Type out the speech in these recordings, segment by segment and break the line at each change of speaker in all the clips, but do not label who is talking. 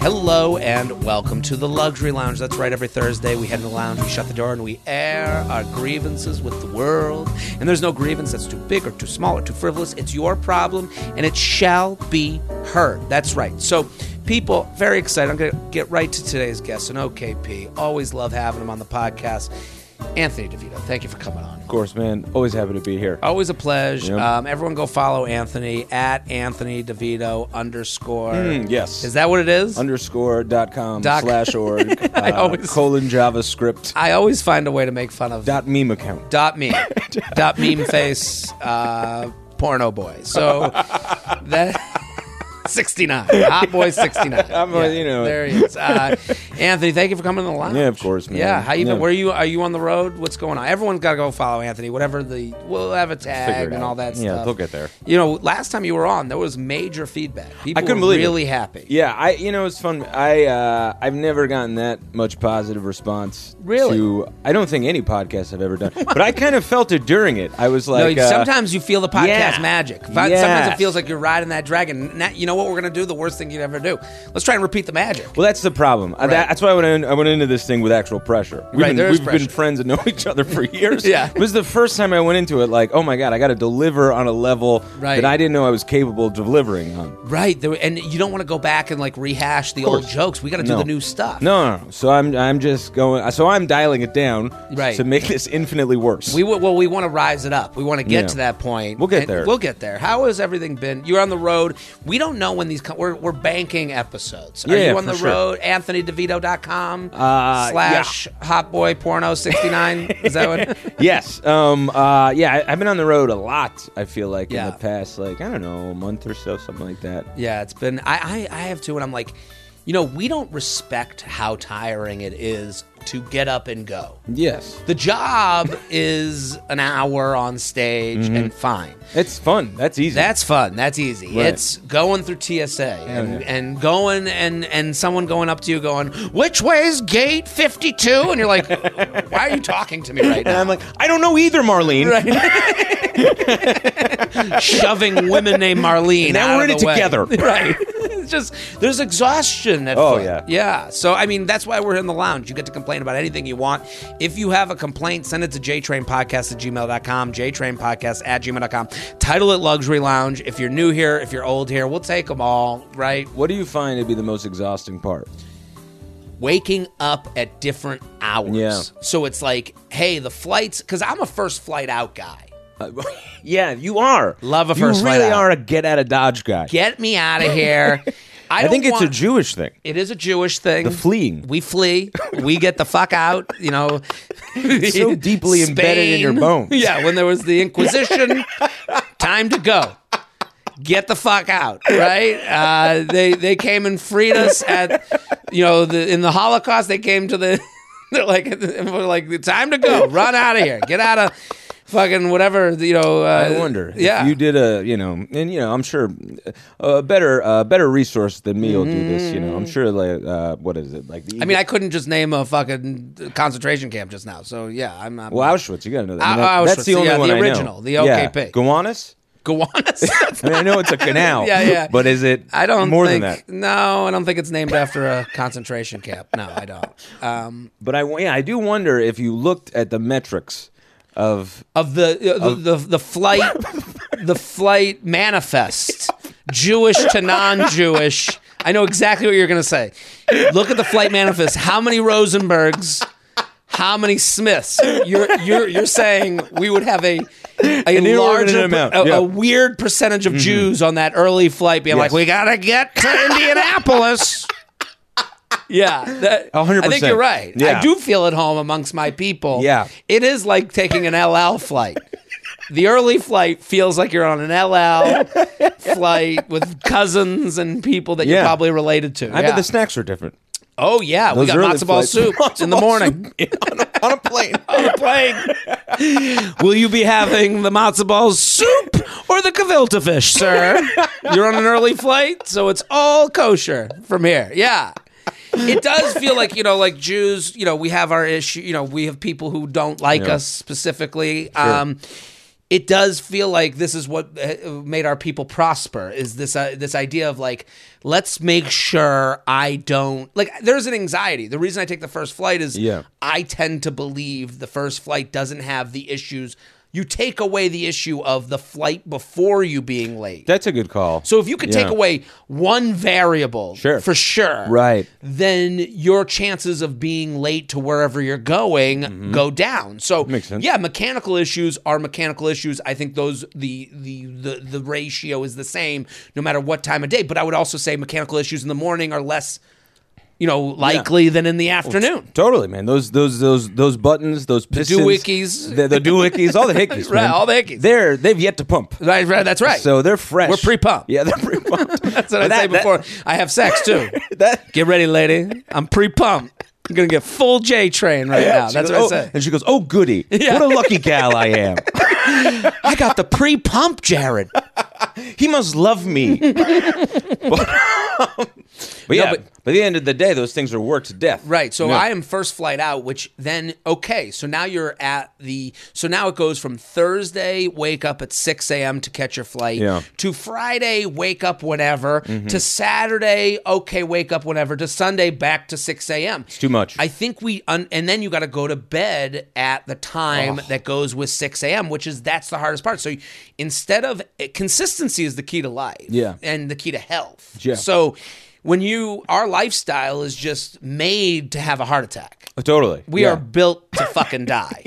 Hello and welcome to the Luxury Lounge. That's right, every Thursday we head in the lounge, we shut the door, and we air our grievances with the world. And there's no grievance that's too big or too small or too frivolous. It's your problem and it shall be heard. That's right. So, people, very excited. I'm going to get right to today's guest, and OKP. Always love having him on the podcast. Anthony DeVito, thank you for coming on.
Of course, man. Always happy to be here.
Always a pleasure.
Yep.
Um, everyone go follow Anthony at Anthony DeVito underscore.
Mm, yes.
Is that what it is?
Underscore dot com
Doc-
slash org uh,
I always-
colon JavaScript
I always find a way to make fun of
dot meme account.
dot meme, dot meme face, uh, porno boy. So that. 69. Hot boy 69.
I'm, uh, you know.
There he is. Uh, Anthony, thank you for coming to the lounge.
Yeah, of course, man.
Yeah, how you been?
Yeah.
Where are you? Are you on the road? What's going on? Everyone's got to go follow Anthony. Whatever the, we'll have a
Figure it
tag and
out.
all that
Yeah,
stuff.
they'll get there.
You know, last time you were on, there was major feedback. People
I couldn't
were
believe it.
really happy.
Yeah, I you know it's fun. I uh, I've never gotten that much positive response.
Really?
To, I don't think any podcast I've ever done, but I kind of felt it during it. I was like,
no,
uh,
sometimes you feel the podcast
yeah.
magic. Fi- Sometimes it
Yes.
feels like you're riding that dragon. Now, you know what we're going to do? The worst thing you'd ever do. Let's try and repeat the magic.
Well, that's the problem. Uh, that- that's why I went, in, I went into this thing with actual pressure. We've,
Right,
been,
there is
we've been
pressure.
friends and know each other for years.
Yeah.
It was the first time I went into it like, oh my God, I got to deliver on a level
Right.
that I didn't know I was capable of delivering on.
Right. There, and you don't want to go back and like rehash the old
course.
jokes. We got to do
No.
the new stuff.
No, no, no. So I'm, I'm just going, so I'm dialing it down
Right.
to make this infinitely worse.
We, wa- well, we want to rise it up. We want to get
Yeah.
to that point.
We'll get
And
there.
We'll get there. How has everything been? You're on the road. We don't know when these, co- we're, we're banking episodes. Are
Yeah,
you on
for
the
sure.
road? AnthonyDeVito.com
Uh,
slash hotboy porno 69. Is that what?
yes. Um, uh, yeah, I, I've been on the road a lot, I feel like,
Yeah.
in the past, like, I don't know, a month or so, something like that.
Yeah, it's been. I, I I have too, and I'm like, you know, we don't respect how tiring it is to get up and go.
Yes.
The job is an hour on stage
Mm-hmm.
and fine.
It's fun. That's easy.
That's fun. That's easy.
Right.
It's going through TSA and,
yeah.
and going and and someone going up to you going, "Which way is gate 52?" And you're like, "Why are you talking to me right now?"
and I'm like, I don't know either, Marlene.
shoving women named Marlene.
Now
out
we're
of
in
the
it
way.
together.
right? It's just there's exhaustion. At
Oh,
foot.
yeah.
yeah. So I mean, that's why we're in the lounge. You get to complain about anything you want. If you have a complaint, send it to jtrainpodcast at gmail.com, jtrainpodcast at gmail.com. Title it Luxury Lounge. If you're new here, if you're old here, we'll take them all. Right?
What do you find to be the most exhausting part?
waking up at different hours.
Yeah.
So it's like, hey, the flights, because I'm a first flight out guy.
Uh, yeah, you are.
Love a
you
first
really
flight out.
are a get out of dodge guy.
Get me out of here. I,
I think
don't
it's a
want-
Jewish thing.
It is a Jewish thing.
The fleeing.
We flee. We get the fuck out. You know,
so deeply embedded in your bones.
Yeah, when there was the Inquisition, time to go. Get the fuck out, right? Uh, they they came and freed us at, you know, the, in the Holocaust. They came to the, they're like, we're like, time to go. Run out of here. Get out of fucking whatever. You know. Uh,
I wonder.
Yeah.
if you did a, you know, and you know, I'm sure a better, uh, better resource than me will do this. You know, I'm sure like, uh, what is it like? The
Mm-hmm. I mean, I couldn't just name a fucking concentration camp just now. So yeah, I'm not.
well, Auschwitz. You got to know that. I mean,
Au-
that- That's the
Uh, Auschwitz,
only
yeah,
one
the
I know.
original, the
Yeah.
OKP.
Gowanus.
Gowanus. That's
I mean, I know it's a canal.
Yeah, yeah.
But is it?
I don't
more
think,
than that.
No, I don't think it's named after a concentration camp. No, I don't. Um,
But I, yeah, I do wonder if you looked at the metrics of
of the, uh, the, the the flight the flight manifest, Jewish to non-Jewish. I know exactly what you're going to say. Look at the flight manifest. How many Rosenbergs? How many Smiths? You're you're you're saying we would have a a
inordinate
larger
amount,
a,
yeah. Mm-hmm.
a weird percentage of Jews on that early flight being like
Yes.
we gotta get to Indianapolis. Yeah, that-
A hundred
I think
percent.
you're right. I
Yeah.
do feel at home amongst my people.
Yeah.
it is like taking an LL flight. The early flight feels like you're on an LL flight with cousins and people that you're
Yeah.
probably related to.
I
yeah.
bet the snacks are different.
oh yeah, we
Those
got
early
matzo ball
flights-
soup
matzo
in the
ball
morning.
soup on, a, on a plane.
on a plane. Will you be having the matzo ball soup or the cavilta fish, sir? You're on an early flight, so it's all kosher from here. Yeah. It does feel like, you know, like Jews, you know, we have our issue, you know, we have people who don't like
Yeah.
us specifically. Um it does feel like this is what uh, made our people prosper is this uh, this idea of like let's make sure i don't like there's an anxiety the reason i take the first flight is
Yeah.
i tend to believe the first flight doesn't have the issues you take away the issue of the flight before you being late
That's a good call.
so if you could take
Yeah.
away one variable
Sure.
for sure,
Right.
then your chances of being late to wherever you're going go down. So
Mm-hmm. Makes sense.
yeah, mechanical issues are mechanical issues. I think those the, the the the ratio is the same no matter what time of day, but I would also say mechanical issues in the morning are less you know likely than in the afternoon.
Totally, man. Those those those those buttons, those pistons,
doohickeys.
the, the doohickeys, all the hickeys,
Right,
man.
all the hickeys.
They're they've yet to pump,
Right, right, that's right.
so they're fresh.
We're pre-pumped.
Yeah, they're pre-pumped.
that's what I say before I have sex too.
That,
Get ready, lady. I'm pre-pumped. I'm gonna get full J train right now.
She
That's
goes,
what I
"Oh,"
said.
And she goes, "Oh, goody! What a lucky gal I am!
I got the pre-pump, Jared.
He must love me." but, but yeah,
but-
but, by the end of the day, those things are worked to death.
Right. So
Yeah.
I am first flight out, which then okay. So now you're at the so now it goes from Thursday wake up at six a.m. to catch your flight
Yeah. Mm-hmm.
to Friday wake up whenever to Saturday okay wake up whenever to Sunday back to six a.m. It's
too much.
I think we un- and then you got to go to bed at the time that goes with six a.m., which is that's the hardest part. So instead of consistency is the key to life.
Yeah.
And the key to health.
Yeah.
So when you our lifestyle is just made to have a heart attack.
totally.
We
Yeah.
are built to fucking die.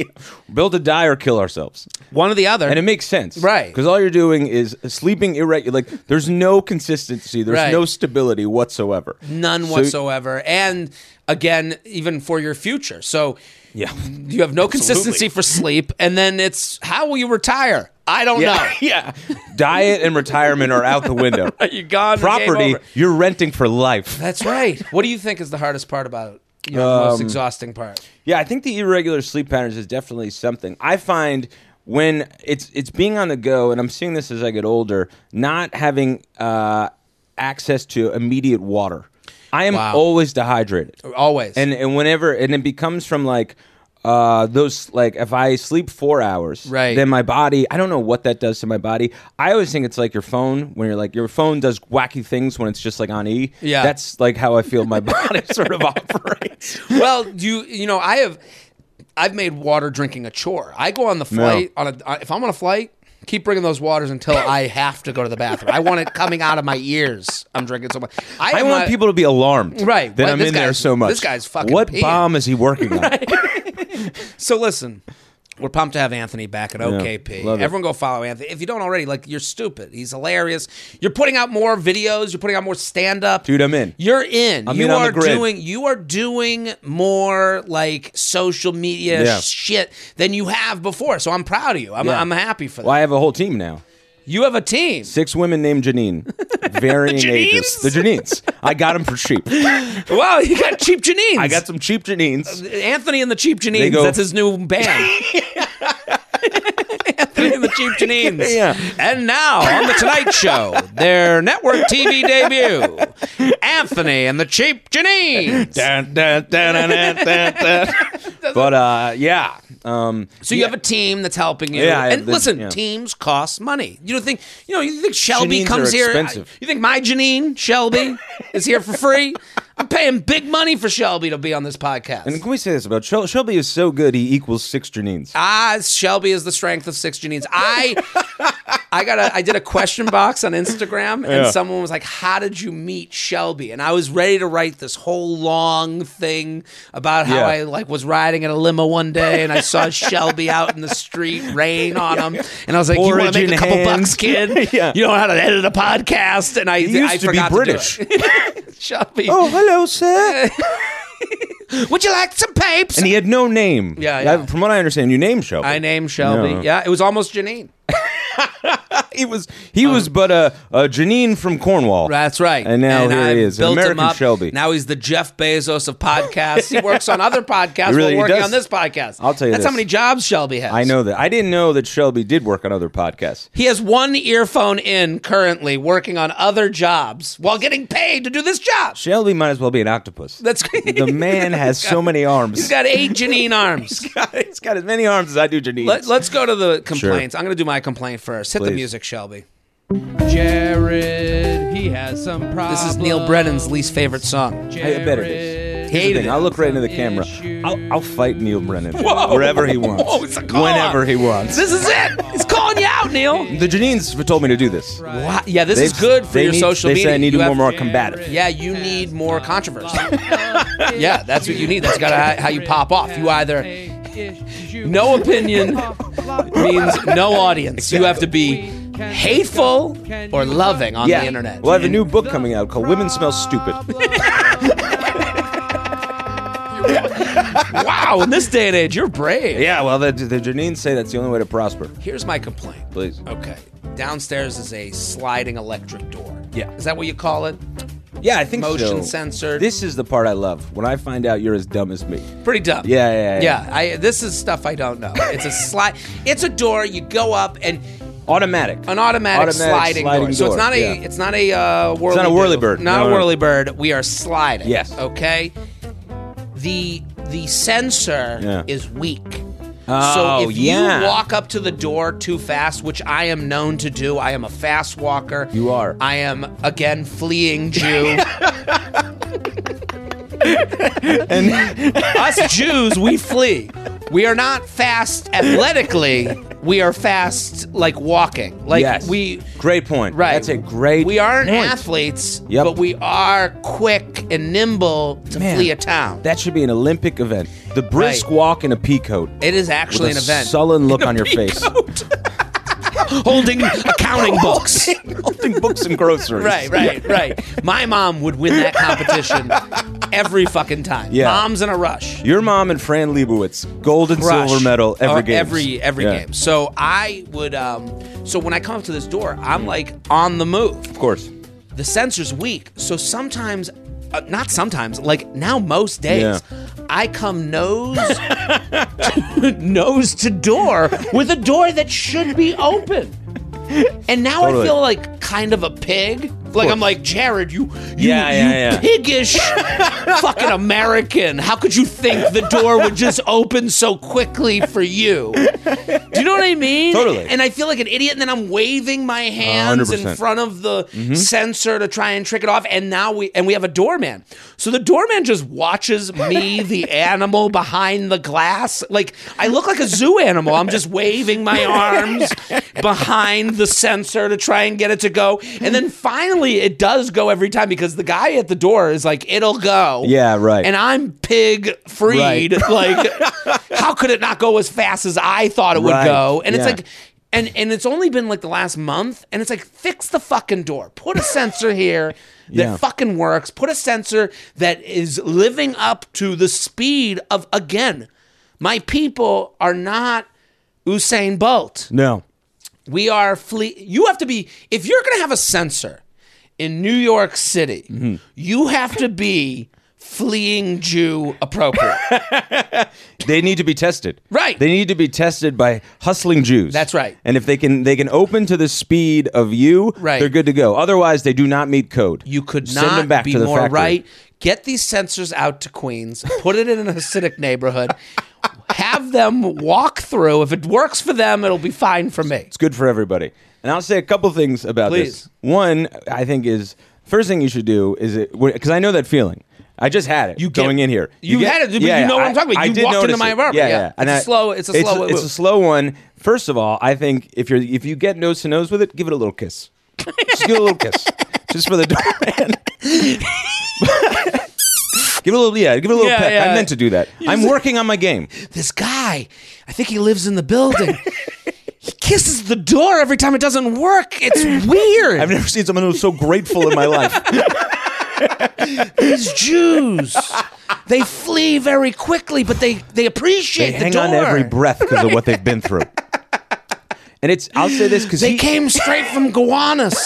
built to die or kill ourselves.
One or the other.
And it makes sense.
Right.
Because all you're doing is sleeping irregular. Like, there's no consistency. There's
Right.
no stability whatsoever.
None
So-
whatsoever. And again, even for your future. So
Yeah.
you have no consistency for sleep. And then it's how will you retire? I don't know.
yeah. Diet and retirement are out the window.
You're gone. game
Property,
over.
you're renting for life.
That's right. What do you think is the hardest part about you know, the most
Um,
exhausting part?
Yeah, I think the irregular sleep patterns is definitely something. I find when it's it's being on the go, and I'm seeing this as I get older, not having uh, access to immediate water. I am
Wow. Oh,
always dehydrated.
Always.
and and whenever and it becomes from like uh those like if i sleep four hours
Right.
then my body i don't know what that does to my body i always think it's like your phone when you're like your phone does wacky things when it's just like on e
Yeah.
that's like how i feel my body sort of operates
well, you you know, I have I've made water drinking a chore. I go on the flight on a uh, if I'm on a flight, keep bringing those waters until I have to go to the bathroom. I want it coming out of my ears. I'm drinking so much.
i
am
want
a-
people to be alarmed
Right.
that
Wait,
i'm
this
in there
guy's-
so much
this guy's fucking
what
peeing.
bomb is he working on
So listen, we're pumped to have Anthony back at OKP.
love it.
Everyone go follow Anthony. If you don't already, like you're stupid. He's hilarious. You're putting out more videos, you're putting out more stand up.
dude i'm in
You're in. you
in on
are
the grid.
doing you are doing more like social media
Yeah.
shit than you have before. So I'm proud of you. I'm,
Yeah.
I'm happy for that.
well i have a whole team now
You have a team.
six women named janine varying ages
Janines?
the janines i got them for cheap
wow, you got cheap Janines.
i got some cheap janines
Anthony and the Cheap Janines.
They go-
That's his new band. Anthony and the Cheap Janines.
Yeah.
And now on the Tonight Show, their network TV debut, Anthony and the Cheap Janines.
Dun, dun, dun, dun, dun, dun, dun. but uh, yeah, um,
So you have a team that's helping you.
Yeah, I have
and
the-
listen,
yeah.
teams cost money. You don't think you know? You think Shelby
Janines
comes
are
here?
expensive.
You think my Janine Shelby is here for free? I'm paying big money for Shelby to be on this podcast.
and can we say this about Shel- Shelby is so good he equals six Janines.
Ah, Shelby is the strength of six Janines. I, I got a, I did a question box on Instagram, and
Yeah.
someone was like, "How did you meet Shelby?" And I was ready to write this whole long thing about how
Yeah.
I like was riding in a limo one day, and I saw Shelby out in the street, rain on him, and I was like, "You want to make
Forage
a
in
couple
hand."
bucks, kid?
Yeah.
You know how to edit a podcast?" And I,
used
I
to be
forgot
British.
To do it. Shelby,
oh, hello, sir.
would you like some papes?
and he had no name.
Yeah, yeah.
I- from what I understand, you named Shelby.
I named Shelby.
No.
Yeah, it was almost Janine.
he was he was
Um,
but a, a Janine from Cornwall.
That's right.
And now here
I've
he is, an
built him
American
up.
Shelby.
Now he's the Jeff Bezos of podcasts. He works on other podcasts
He really
while working
does.
on this podcast.
I'll tell you
That's how
this.
many jobs Shelby has.
I know that. I didn't know that Shelby did work on other podcasts.
He has one earphone in currently working on other jobs while getting paid to do this job.
Shelby might as well be an octopus.
That's great.
the man has so many arms.
He's got eight Janine arms.
He's got as many arms as I do, Janine.
Let, us go to the complaints. I'm going to do my complaint first. Hit the
Please.
music, Shelby.
Jared, he has some problems.
This is Neil Brennan's least favorite song.
I bet it
Jared.
is. Here's
Hated
the thing.
it.
I'll look right into the camera.
Issues.
I'll, I'll fight Neil Brennan wherever he wants,
Whoa, it's a call
whenever
out.
he wants.
This is it. He's calling you out, Neil.
the Janines told me to do this.
Wow. Yeah, this is
They've-
good for
they
your
need-
social
they
media.
said I need to
You
be
have-
more, more combative.
Yeah, you need more controversy. yeah, that's what you need. That's got how you pop off. You either no opinion means no audience. You have to be hateful or loving on the internet.
Well, I have a new book coming out called "Women Smell Stupid."
wow, in this day and age, you're brave.
yeah, well, the, the Janines say that's the only way to prosper.
Here's my complaint.
Please.
Okay, downstairs is a sliding electric door.
Yeah.
Is that what you call it?
Yeah, I think so.
Motion censored.
This is the part I love when I find out you're as dumb as me.
Pretty dumb.
Yeah, yeah, yeah.
Yeah, I, this is stuff I don't know. It's a slide. It's a door. You go up and
Automatic.
an automatic,
Automatic
sliding,
sliding
door. So it's
door,
not a
yeah.
it's not a uh, whirly
not a whirlybird.
Not
No,
a
no.
whirly bird. We are sliding.
Yes.
Okay. The the sensor
Yeah.
is weak.
Oh,
so if
yeah.
you walk up to the door too fast, which I am known to do, I am a fast walker.
You are.
I am again fleeing Jew.
and
Us Jews, we flee. We are not fast athletically. We are fast like walking. Like
yes,
we
great point.
Right.
That's a great.
We aren't
point.
athletes,
Yep.
but we are quick and nimble to
Man,
flee a town.
That should be an Olympic event. The brisk
Right.
walk in a pea coat.
it is actually
with
an
a
event.
Sullen look on your face.
Holding accounting books.
Holding books and groceries.
Right, right, right. My mom would win that competition every fucking time.
Yeah.
Mom's in a rush.
Your mom and Fran Lebowitz, gold and
Rush.
silver medal every
Or
game.
Every every
Yeah.
game. So I would um so when I come up to this door, I'm like on the move.
Of course.
the sensor's weak. So sometimes, uh, not sometimes, like now most days, I come nose nose to door with a door that should be open. And now I
Totally.
feel like kind of a pig. Like I'm like Jared, you, you,
Yeah, yeah, yeah.
you piggish fucking American. How could you think the door would just open so quickly for you? Do you know what I mean?
Totally.
And I feel like an idiot, and then I'm waving my hands in
100%.
front of the
Mm-hmm.
sensor to try and trick it off. And now we and we have a doorman. So the doorman just watches me, the animal behind the glass. Like I look like a zoo animal. I'm just waving my arms behind the sensor to try and get it to go. And then finally it does go every time because the guy at the door is like, it'll go.
Yeah, right.
And I'm pig freed. Like how could it not go as fast as I thought it would
Right,
go? And
yeah.
it's like and and it's only been like the last month and it's like fix the fucking door put a sensor here that
Yeah.
fucking works put a sensor that is living up to the speed of again my people are not usain bolt
No.
we are flee you have to be if you're gonna have a sensor in new york city you have to be fleeing jew appropriate
They need to be tested.
Right.
They need to be tested by hustling Jews.
That's right.
And if they can they can open to the speed of you,
Right.
they're good to go. Otherwise, they do not meet code.
You could
Send
not
them back
be
to the
more
factory.
right. Get these sensors out to Queens. Put it in an Hasidic neighborhood. Have them walk through. If it works for them, it'll be fine for me.
It's good for everybody. And I'll say a couple things about
Please.
this. One, I think is first thing you should do is it because I know that feeling. I just had it. You
get-
going in here.
you had it, but you know what I'm talking about.
I
You
did
walked into
notice
my
it.
apartment,
Yeah,
yeah.
yeah.
It's a slow- it's a slow
It's
move.
a slow one. First of all, I think if you're if you get nose to nose with it, give it a little kiss. just give it a little kiss, just for the doorman. give it a little, yeah. Give it a little
Yeah,
peck.
yeah.
I meant to do that. I'm working on my game.
This guy, I think he lives in the building. he kisses the door every time it doesn't work. It's weird.
I've never seen someone who's so grateful in my life.
These Jews, they flee very quickly, but they they appreciate
They
the
hang
door.
on to every breath because of what they've been through. And it's I'll say this because
They
he,
came straight from Gowanus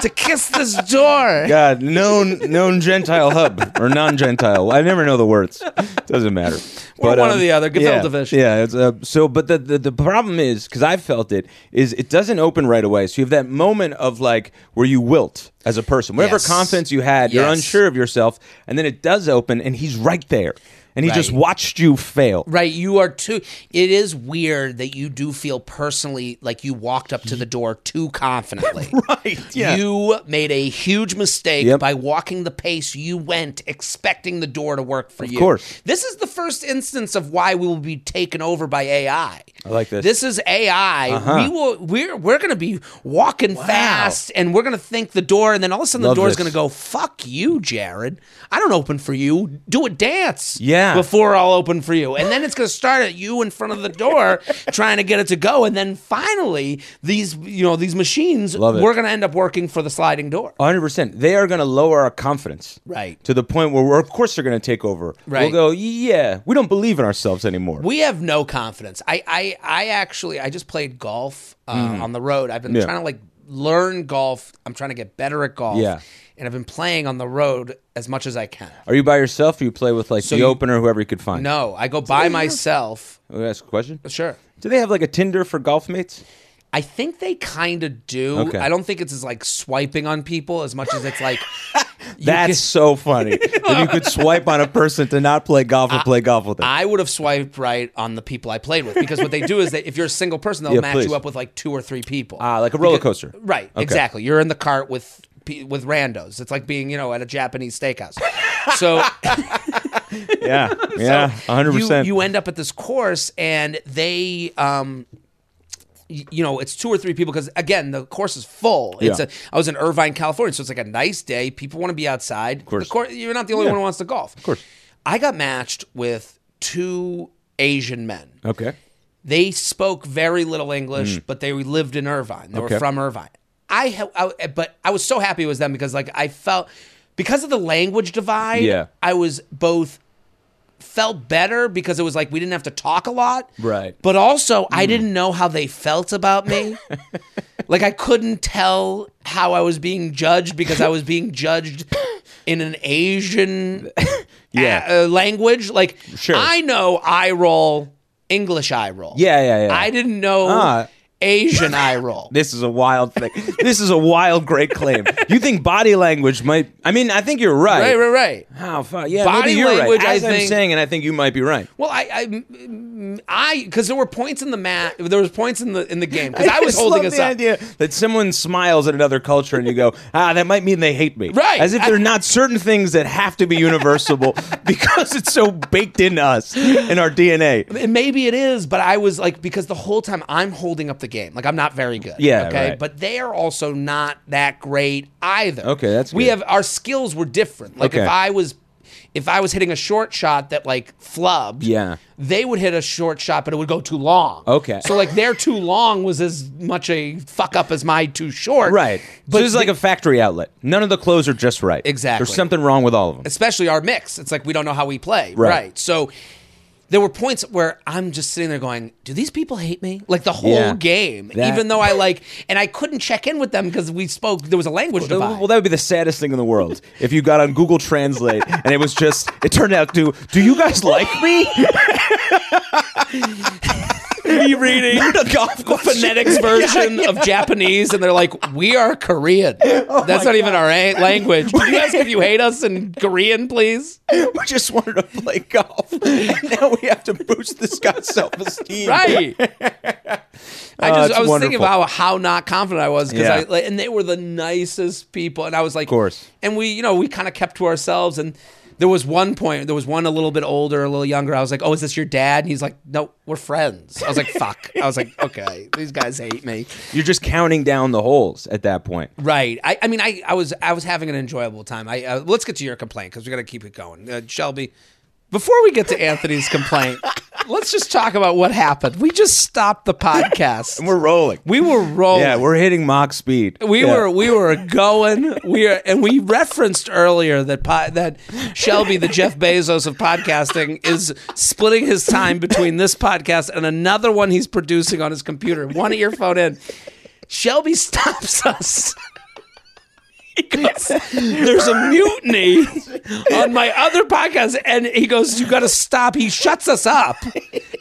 to kiss this door.
God, uh, known known Gentile hub or non Gentile. I never know the words. Doesn't matter. um,
Or one or the other.
yeah,
Gefildefisch.
Yeah. It's, uh, so, but the, the the problem is because I felt it is it doesn't open right away. So you have that moment of like where you wilt as a person, whatever
Yes.
confidence you had, you're
Yes.
unsure of yourself, and then it does open, and he's right there, and he just
Right.
watched you fail.
Right, you are too. It is weird that you do feel personally like you walked up to the door too confidently.
Right, yeah.
You made a huge mistake
Yep.
by walking the pace you went, expecting the door to work for you.
course.
This is the first instance of why we will be taken over by AI. I
like this. Uh-huh.
This is AI. We will. We're we're going to be walking fast, and we're going to think the door, and then all of a sudden
Love
the door's
this.
going to go. Fuck you, Jared. I don't open for you. Do a dance
Yeah.
before I'll open for you. And then it's going to start at you in front of the door trying to get it to go. And then finally, these, you know, these machines,
Love it.
we're going to end up working for the sliding door.
100%. They are going to lower our confidence.
Right.
To the point where we're, of course, they're going to take over.
Right.
We'll go, yeah, we don't believe in ourselves anymore.
We have no confidence. I, I, I actually, I just played golf uh, on the road. I've been
Mm-hmm. Yeah.
trying to like learn golf. I'm trying to get better at golf.
Yeah.
And I've been playing on the road as much as I can.
Are you by yourself? Or you play with like the
you-
opener, whoever you could find.
No, I go by myself.
Let me ask a question.
Sure.
Do they have like a Tinder for golf mates?
I think they kind of do.
Okay.
I don't think it's as like swiping on people as much as it's like you
That's
can-
so funny. if you could swipe on a person to not play golf or play golf with them.
I would have swiped right on the people I played with because what they do is that if you're a single person, they'll
Yeah,
match
please.
you up with like two or three people.
Ah, like a roller coaster.
Right, exactly. You're in the cart with pe- with randos. It's like being you know at a Japanese steakhouse. So
Yeah. Yeah. 100%.
You, you end up at this course, and they, um, y- you know, it's two or three people because again, the course is full. It's
Yeah.
a, I was in Irvine, California, so it's like a nice day. People want to be outside. Of
course.
you're not the only
Yeah.
one who wants to golf. Of
course.
I got matched with two Asian men.
okay.
They spoke very little English, but they lived in Irvine. They
Mm. Okay.
were from Irvine. I, ha- I but I was so happy it was them because like I felt because of the language divide.
Yeah.
I was both felt better because it was like we didn't have to talk a lot.
Right. Mm.
But also I didn't know how they felt about me. like I couldn't tell how I was being judged because I was being judged in an Asian
Yeah.
uh, language. Like
Sure.
I know eye roll, English eye roll.
Yeah, yeah, yeah.
I didn't know
Ah.
Asian eye roll.
This is a wild thing. this is a wild, great claim. You think body language might. I mean, I think you're right.
Right, right, right.
How far? Yeah,
Body
maybe you're
language,
right.
I
As I am
think-
saying, and I think you might be right.
Well, I, I, mm, I, because there were points in the mat. There was points in the in the game because I was
just
holding
love
us
the
up.
idea that someone smiles at another culture and you go, ah, that might mean they hate me,
Right.
As if
I-
they're not certain things that have to be universal because it's so baked into us in our DNA.
And maybe it is, but I was like, because the whole time I'm holding up the game. Like, I'm not very good.
Yeah,
Okay.
right.
But they are also not that great either.
Okay, that's
We
good.
have, our skills were different. Like,
Okay.
if I was, if I was hitting a short shot that like flubbed,
Yeah.
they would hit a short shot, but it would go too long.
Okay.
So, like, their too long was as much a fuck up as my too short.
Right. But
But
so it's like a factory outlet. None of the clothes are just right.
Exactly.
There's something wrong with all of them.
especially our mix. It's like we don't know how we play.
Right.
Right. So there were points where I'm just sitting there going, "Do these people hate me?" Like the whole
Yeah.
game,
That-
even though I like, and I couldn't check in with them because we spoke. There was a language divide.
Well, that would be the saddest thing in the world if you got on Google Translate and it was just, it turned out to, do you guys like me?
be reading the phonetics version of Japanese, and they're like, "We are Korean.
Oh
That's not even our a- language. Would you ask if you hate us in Korean, please?"
We just wanted to play golf. And now we have to boost this guy's self esteem.
right. I just
it's
I was thinking
Oh, wonderful.
about how, how not confident I was because
Yeah.
I like, and they were the nicest people and I was like, of
course.
And we you know we kind of kept to ourselves and there was one point there was one a little bit older a little younger I was like, oh is this your dad? And he's like, no, we're friends. I was like, fuck. I was like, okay, these guys hate me.
You're just counting down the holes at that point.
Right. I, I mean I, I was I was having an enjoyable time. I uh, let's get to your complaint because we got to keep it going. Uh, Shelby, before we get to Anthony's complaint. Let's just talk about what happened. We just stopped the podcast.
And we're rolling.
we were rolling.
yeah, we're hitting mock speed.
we
Yeah.
were we were going. We are, and we referenced earlier that po- that Shelby, the Jeff Bezos of podcasting, is splitting his time between this podcast and another one he's producing on his computer, one earphone in. Shelby stops us. He goes, There's a mutiny on my other podcast, and he goes, "You got to stop." He shuts us up,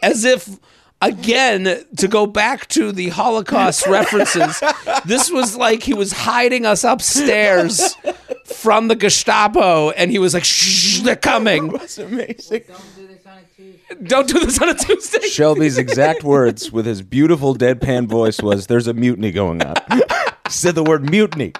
as if again to go back to the Holocaust references. This was like he was hiding us upstairs from the Gestapo, and he was like, "Shh, they're coming!
That's amazing.
Don't do this on a Tuesday.
Don't do this on a Tuesday."
Shelby's exact words with his beautiful deadpan voice was there's a mutiny going on. Said the word mutiny.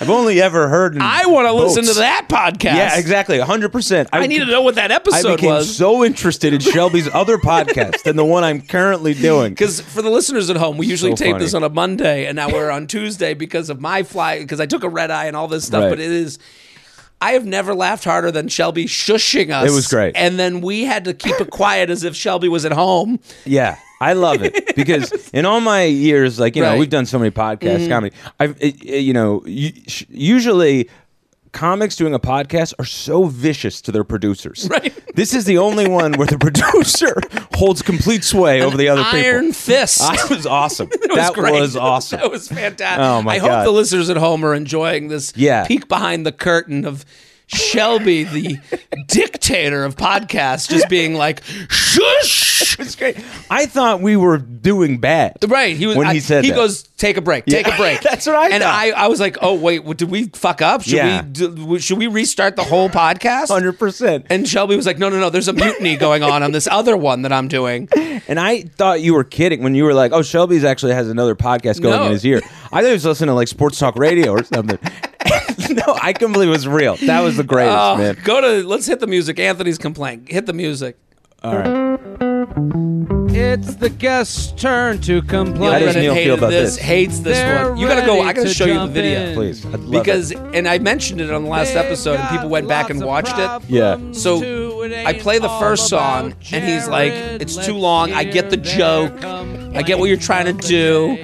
I've only ever heard in
I want to listen
boats.
to that podcast.
Yeah, exactly. 100%.
I need to know what that
I
episode
became
was.
so interested in Shelby's other podcast than the one I'm currently doing.
Because for the listeners at home, we usually tape
funny.
this on a Monday, and now we're on Tuesday because of my fly. Because I took a red eye and all this stuff.
Right.
But it is, I have never laughed harder than Shelby shushing us.
It was great.
and then we had to keep it quiet as if Shelby was at home.
Yeah, I love it because in all my years, like you know,
Right. Mm-hmm.
we've done so many podcasts, comedy. I've it, it- you know, u- sh- usually comics doing a podcast are so vicious to their producers.
Right.
This is the only one where the producer holds complete sway over the other
Iron
people.
fist.
I was awesome.
It was
that
great.
was awesome.
that was fantastic.
Oh, my
I hope
God.
the listeners at home are enjoying this
Yeah.
peek behind the curtain of Shelby, the dictator of podcasts, just being like, shush.
It's great. I thought we were doing bad.
Right. He was
when
I-
he said
he
that.
goes, take a break, take a break.
That's what I
and
thought.
I, I was like, oh wait, what, did we fuck up? Should
Yeah.
we do, w- should we restart the whole podcast?
100%.
And Shelby was like, no, no, no. There's a mutiny going on on this other one that I'm doing.
And I thought you were kidding when you were like, "Oh, Shelby's actually has another podcast going
No.
in his ear." I thought he was listening to like sports talk radio or something. no, I couldn't believe it was real. That was the greatest,
Oh,
man.
go to let's hit the music. Anthony's complaint. Hit the music.
All right,
It's the guest's turn to complain.
How does
Brennan
Neil feel
hated
about
this,
this?
Hates this
They're
one. You gotta go. I
ready
gotta
to
show you the
jump
video
in.
please. I'd love
because,
it.
and I mentioned it on the last episode, and people went back and watched it. So, I play the first song, and he's like, "It's too long. I get the joke. I get what you're trying to do."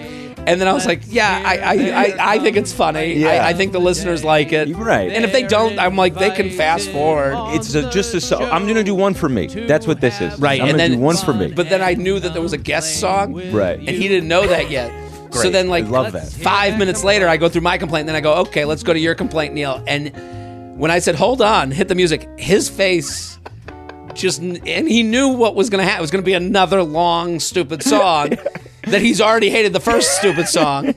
And then I was like, "Yeah, I, I, I, I think it's funny.
Yeah.
I, I think the listeners like it.
You're right.
And if they don't, I'm like, they can fast forward."
it's a, just a song. I'm gonna do one for me. That's what this is.
Right,
I'm
and
gonna
then
do one for me.
But then I knew that there was a guest song,
Right.
And he didn't know that yet. So
Great.
then, like,
I love that.
five minutes later, I go through my complaint, and then I go, okay, let's go to your complaint, Neil. And when I said, hold on, hit the music, his face just, and he knew what was going to happen. It was going to be another long, stupid song that he's already hated the first stupid song.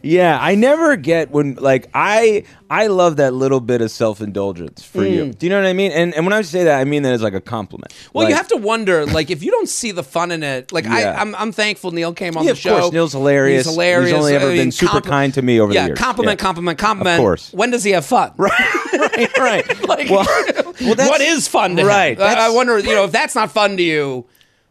yeah, I never get when like I I love that little bit of self indulgence for you. Do you know what I mean? And and when I say that, I mean that as like a compliment.
Mm. Well, you
Like-
have to wonder, like, if you don't see the fun in it, like, I,
Yeah.
I'm, I'm thankful Neil came on
Yeah,
the
of
show.
course, Neil's hilarious.
He's hilarious.
He's only ever
I mean,
been super
compli-
kind to me over
yeah,
the years.
Compliment,
Yeah.
compliment, compliment.
course.
When does he have fun?
right, right.
Like,
well, well, that's,
what is fun to him?
right,
I- I,
that's-
wonder, you know, if that's not fun to you,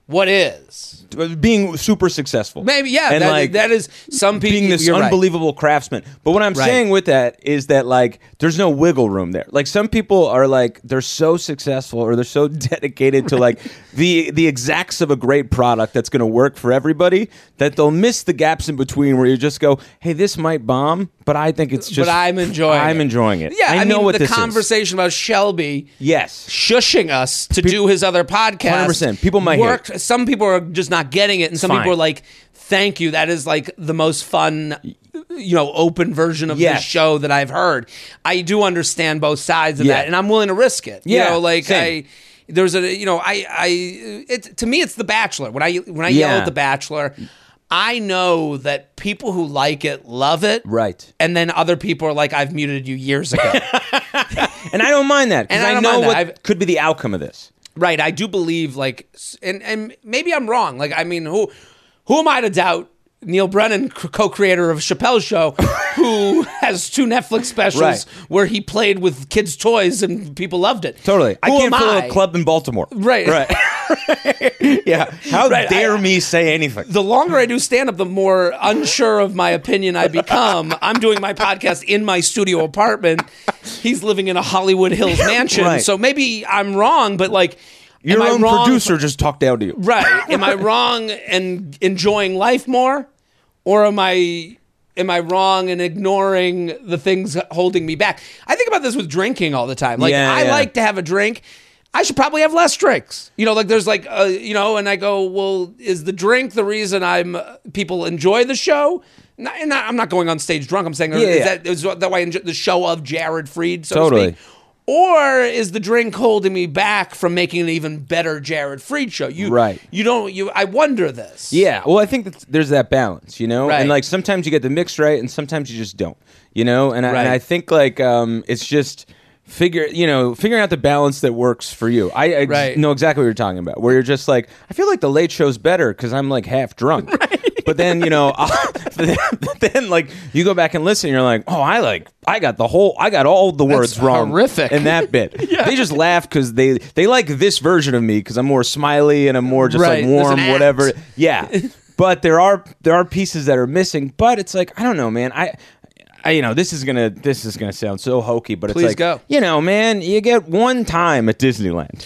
what is?
being super successful?
Maybe, yeah,
and
that,
like
that is some people.
being this
you're right.
unbelievable craftsman. But what I'm
Right.
saying with that is that like there's no wiggle room there. Like some people are like they're so successful or they're so dedicated to like the the exacts of a great product that's going to work for everybody that they'll miss the gaps in between where you just go, hey, this might bomb, but I think it's just
But I'm enjoying
I'm
it.
enjoying it.
Yeah,
I, know
mean,
what
the
this is.
conversation about Shelby
Yes,
shushing us to do his other podcast.
100%. People might hear
worked. Some people are just not getting it, and some
Fine.
people are like, "Thank you. That is like the most fun." You know, open version of
Yes.
this show that I've heard. I do understand both sides of
Yeah.
that, and I'm willing to risk it.
Yeah,
you know, like
same.
I, there's a, you know, I, I, it to me, it's The Bachelor. When I when I yell
Yeah.
at The Bachelor, I know that people who like it love it,
Right.
And then other people are like, "I've muted you years ago."
and I don't mind that because
And I
I,
don't
know
mind that.
what
I've-
could be the outcome of this.
Right, I do believe like, s- and and maybe I'm wrong. Like, I mean, who who am I to doubt Neil Brennan, c- co-creator of Chappelle's Show, who has two Netflix specials
Right.
where he played with kids' toys and people loved it.
Totally. I
Who
can't
am
fill
I?
a club in Baltimore.
Right.
Right. yeah. How dare me say anything?
The longer I do stand up, the more unsure of my opinion I become. I'm doing my podcast in my studio apartment. He's living in a Hollywood Hills mansion.
Right.
So maybe I'm wrong, but like
Your
I
own
wrong?
producer just talked down to you.
Right. Am I wrong and enjoying life more? Or am I am I wrong and ignoring the things holding me back? I think about this with drinking all the time. Like
Yeah,
I
yeah.
like to have a drink. I should probably have less drinks. You know, like there's like uh, you know, and I go, well, is the drink the reason I'm uh, people enjoy the show? Not, and I- I'm not going on stage drunk. I'm saying
Yeah,
is
yeah.
that is that why I enjoy the show of Jared Freed? So
Totally.
To speak? Or is the drink holding me back from making an even better Jared Freed show? You
Right.
you don't you I wonder this.
Yeah, well, I think that there's that balance, you know,
Right.
and like sometimes you get the mix right, and sometimes you just don't, you know, and I, and
Right.
I think like um, it's just figure, you know, figuring out the balance that works for you. I, I
Right.
know exactly what you're talking about, where you're just like, I feel like the late show's better because I'm like half drunk, but then you know, but then like you go back and listen, and you're like, oh, I like, I got the whole, I got all the words wrong,
horrific.
and that bit. They just laugh because they they like this version of me because I'm more smiley and I'm more just
Right,
like
there's
warm,
an
whatever.
act.
Yeah, but there are there are pieces that are missing. But it's like I don't know, man. I. I, you know, this is gonna this is gonna sound so hokey, but
Please
it's like
go.
you know, man, you get one time at Disneyland.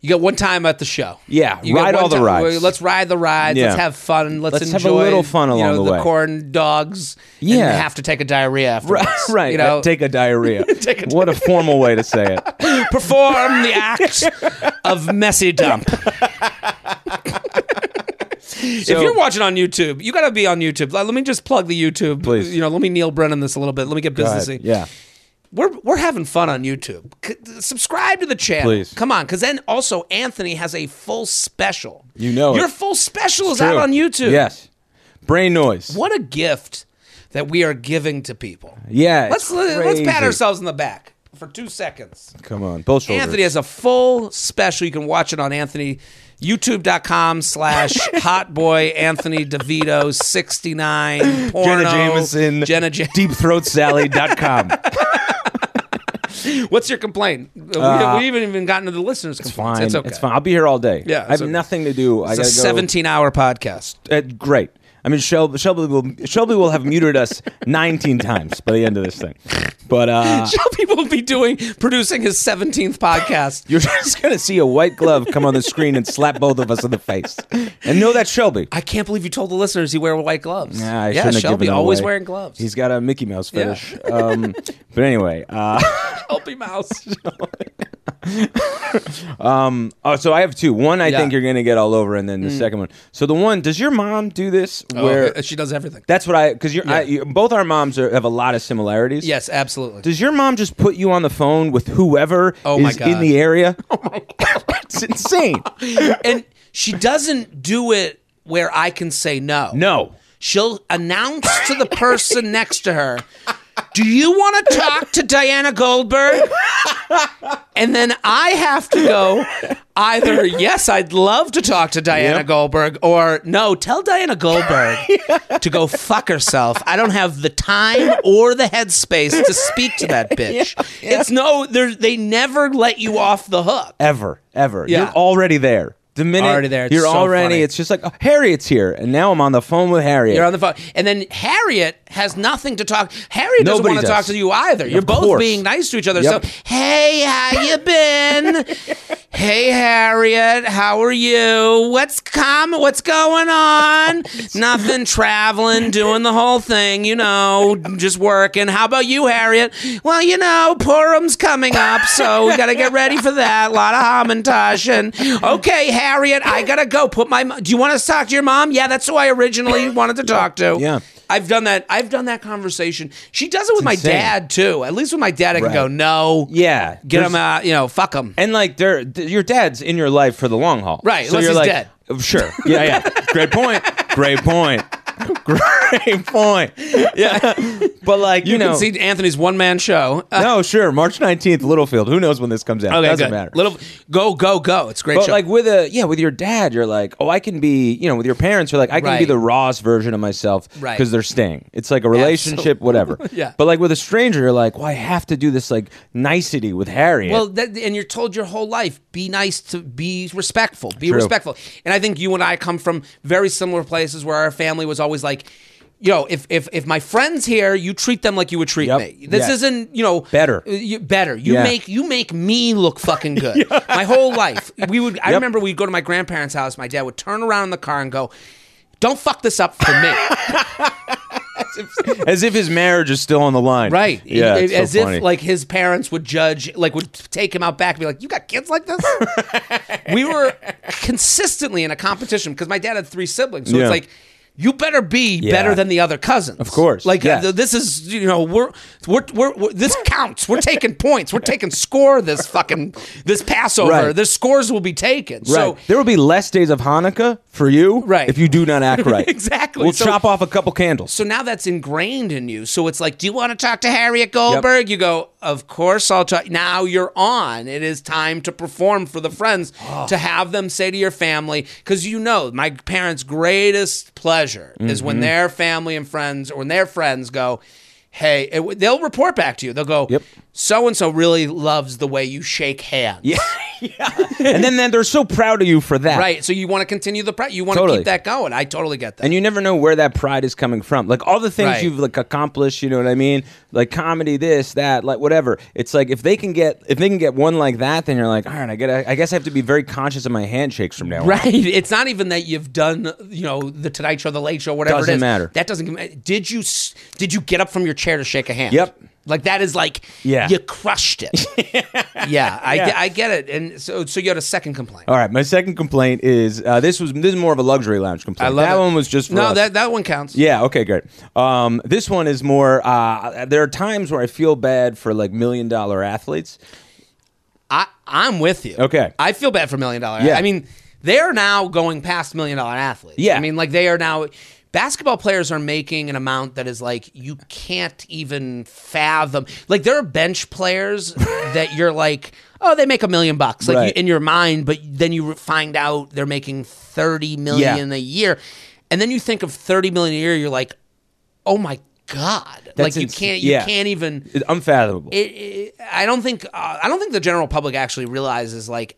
You get one time at the show.
Yeah,
You get
ride
one
all the
time-
rides.
well, Let's ride the rides. Let's
Yeah.
have fun. Let's,
Let's have a
enjoy
little fun
you
along
know,
the way.
corn dogs.
Yeah.
and have to take a diarrhea afterwards.
Right, right.
You know,
take a diarrhea.
Take a
what a formal way to say it.
perform the act of messy dump. if
So-
you're watching on YouTube, you got to be on YouTube. Let let me just plug the YouTube.
Please.
You know, let me Neil Brennan this a little bit. Let me get businessy.
Yeah,
we're we're having fun on YouTube. C- subscribe to the channel.
Please.
Come on, because then also Anthony has a full special.
You know
your
it.
full special is out
True.
on YouTube.
Yes, brain noise.
what a gift that we are giving to people.
Yeah,
let's uh,
it's
let's pat
crazy.
ourselves in the back for two seconds.
Come on, both shoulders.
Anthony has a full special. You can watch it on Anthony youtube.com slash hot boy anthony devito 69 porno,
Jenna Jameson.
jenna Jam-
DeepThroatSally.com.
what's your complaint we, we haven't even gotten to the listeners
Uh, It's
complaints
fine. It's,
it's okay
fine. I'll be here all day.
Yeah,
I have
it's okay.
nothing to do. I
It's a
got
17 hour podcast.
Uh, great. I mean, Shelby, Shelby will Shelby will have muted us 19 times by the end of this thing. But uh,
Shelby will be doing producing his 17th podcast.
you're just gonna see a white glove come on the screen and slap both of us in the face. And know that's Shelby.
I can't believe you told the listeners you wear white gloves.
Nah, I
yeah,
shouldn't have
Shelby
given it
always
away.
wearing gloves.
He's got a Mickey Mouse fetish. Um, but anyway, uh,
Shelby Mouse.
oh, so I have two. One I
Yeah. Mm.
think you're gonna get all over, and then the second one. So the one, does your mom do this?
Oh,
Where
uh, she does everything.
that's what I because you're I, you, both our moms are, have a lot of similarities.
Yes, absolutely.
Does your mom just put you on the phone with whoever
Oh my
is
God.
in the area? Oh my god, it's insane.
and she doesn't do it where I can say no.
No,
She'll announce to the person next to her, Do you want to talk to Diana Goldberg? And then I have to go either, Yes, I'd love to talk to Diana
Yep.
Goldberg, or No, tell Diana Goldberg to go fuck herself. I don't have the time or the headspace to speak to that bitch. It's no, they're- they never let you off the hook.
ever, ever.
Yeah.
You're already there. The minute
Already there. It's
you're
so
already.
funny.
It's just like oh, Harriet's here, and now I'm on the phone with Harriet.
You're on the phone. And then Harriet has nothing to talk. Harriet doesn't
Nobody
want to talk
does.
to you either. You're both
course.
being nice to each other.
Yep.
So, hey, how you been? hey, Harriet, how are you? What's com? What's going on? nothing. Traveling, doing the whole thing. You know, just working. How about you, Harriet? Well, you know, Purim's coming up, so we got to get ready for that. A lot of Hamantash and okay, Harriet, I gotta go. Put my. mo- Do you want us to talk to your mom? Yeah, that's who I originally wanted to talk to.
Yeah.
I've done that. I've done that conversation. She does it with my
insane.
dad too. At least with my dad, I can
Right.
go no.
yeah,
Get
there's-
him out. You know, fuck him.
And like, they're, th- your dad's in your life for the long haul,
Right,
So
unless
you're
he's
like,
dead.
"Oh, sure, yeah, yeah. Great point. Great point. Great point. Yeah, but like you,
You,
know,
can see Anthony's one man show. Uh,
no, sure. March 19th, Littlefield. Who knows when this comes out?
okay,
Doesn't
good.
matter.
Little go go go. It's a great
But
show.
like with a yeah, with your dad, you're like, oh, I can be you know, with your parents, you're like, I can be
Right.
the rawest version of myself
Right.
because they're staying. It's like a relationship, whatever.
Yeah.
But like with a stranger, you're like, well, I have to do this like nicety with Harriet.
Well, that, and you're told your whole life be nice to be respectful, be
True.
respectful. And I think you and I come from very similar places where our family was always like, yo, if if if my friends here, you treat them like you would treat
Yep.
me. This
Yes.
isn't, you know,
Better.
uh, You, better. You
Yeah.
make you make me look fucking good. My whole life, we would. I remember we'd go to my grandparents' house. My dad would turn around in the car and go, "Don't fuck this up for me."
as if his marriage is still on the line.
Right.
Yeah.
He-
it's so
as
funny.
if like his parents would judge, like would take him out back and be like, "You got kids like this." we were consistently in a competition because my dad had three siblings, so
Yeah.
it's like. You better be better than the other cousins. Of
course.
Like
Yes.
uh, this is you know we're, we're we're we're this counts. We're taking points. We're taking score this fucking this Passover.
Right.
The scores will be taken.
Right.
So
there will be less days of Hanukkah for you
Right.
if you do not act right.
Exactly.
We'll
So-
chop off a couple candles.
So now that's ingrained in you. So it's like, do you want to talk to Harriet Goldberg? You go, of course I'll talk. Now you're on. It is time to perform for the friends,
Ah.
to have them say to your family, because you know, my parents' greatest pleasure is
Mm-hmm.
when their family and friends, or when their friends go, hey, it, w- they'll report back to you. They'll go,
Yep.
so and so really loves the way you shake hands. Yeah.
and then, then they're so proud of you for that.
Right. So you want to continue the, pre- you want to
Totally.
keep that going. I totally get that.
And you never know where that pride is coming from. Like all the things
Right.
you've like accomplished, you know what I mean? Like comedy, this, that, like whatever. It's like if they can get if they can get one like that, then you're like, all right, I get. I guess I have to be very conscious of my handshakes from now on.
Right. It's not even that you've done, you know, the Tonight Show, the Late Show, whatever
Doesn't
it is.
matter.
That doesn't matter. Did you s- did you get up from your chair to shake a hand?
Yep.
Like that is like
Yeah.
you crushed it. yeah, I, ge- I get it. And so so you had a second complaint.
All right, my second complaint is uh, this was this is more of a luxury lounge complaint.
I love
that
it.
one was just for
no
us.
that that one counts.
Yeah. Okay. Great. Um, this one is more. Uh, there are times where I feel bad for like million dollar athletes.
I I'm with you.
Okay.
I feel bad for million dollar.
Yeah.
I mean, they are now going past million dollar athletes.
Yeah.
I mean, like they are now basketball players are making an amount that is like you can't even fathom. Like there are bench players that you're like, oh, they make a million bucks like
Right.
you, in your mind, but then you find out they're making 30 million a yeon a year. And then you think of 30 million a year, you're like, "Oh my god." like you
ins-
can't you
yeah.
can't even
It's unfathomable.
it, it, I don't think uh, I don't think the general public actually realizes like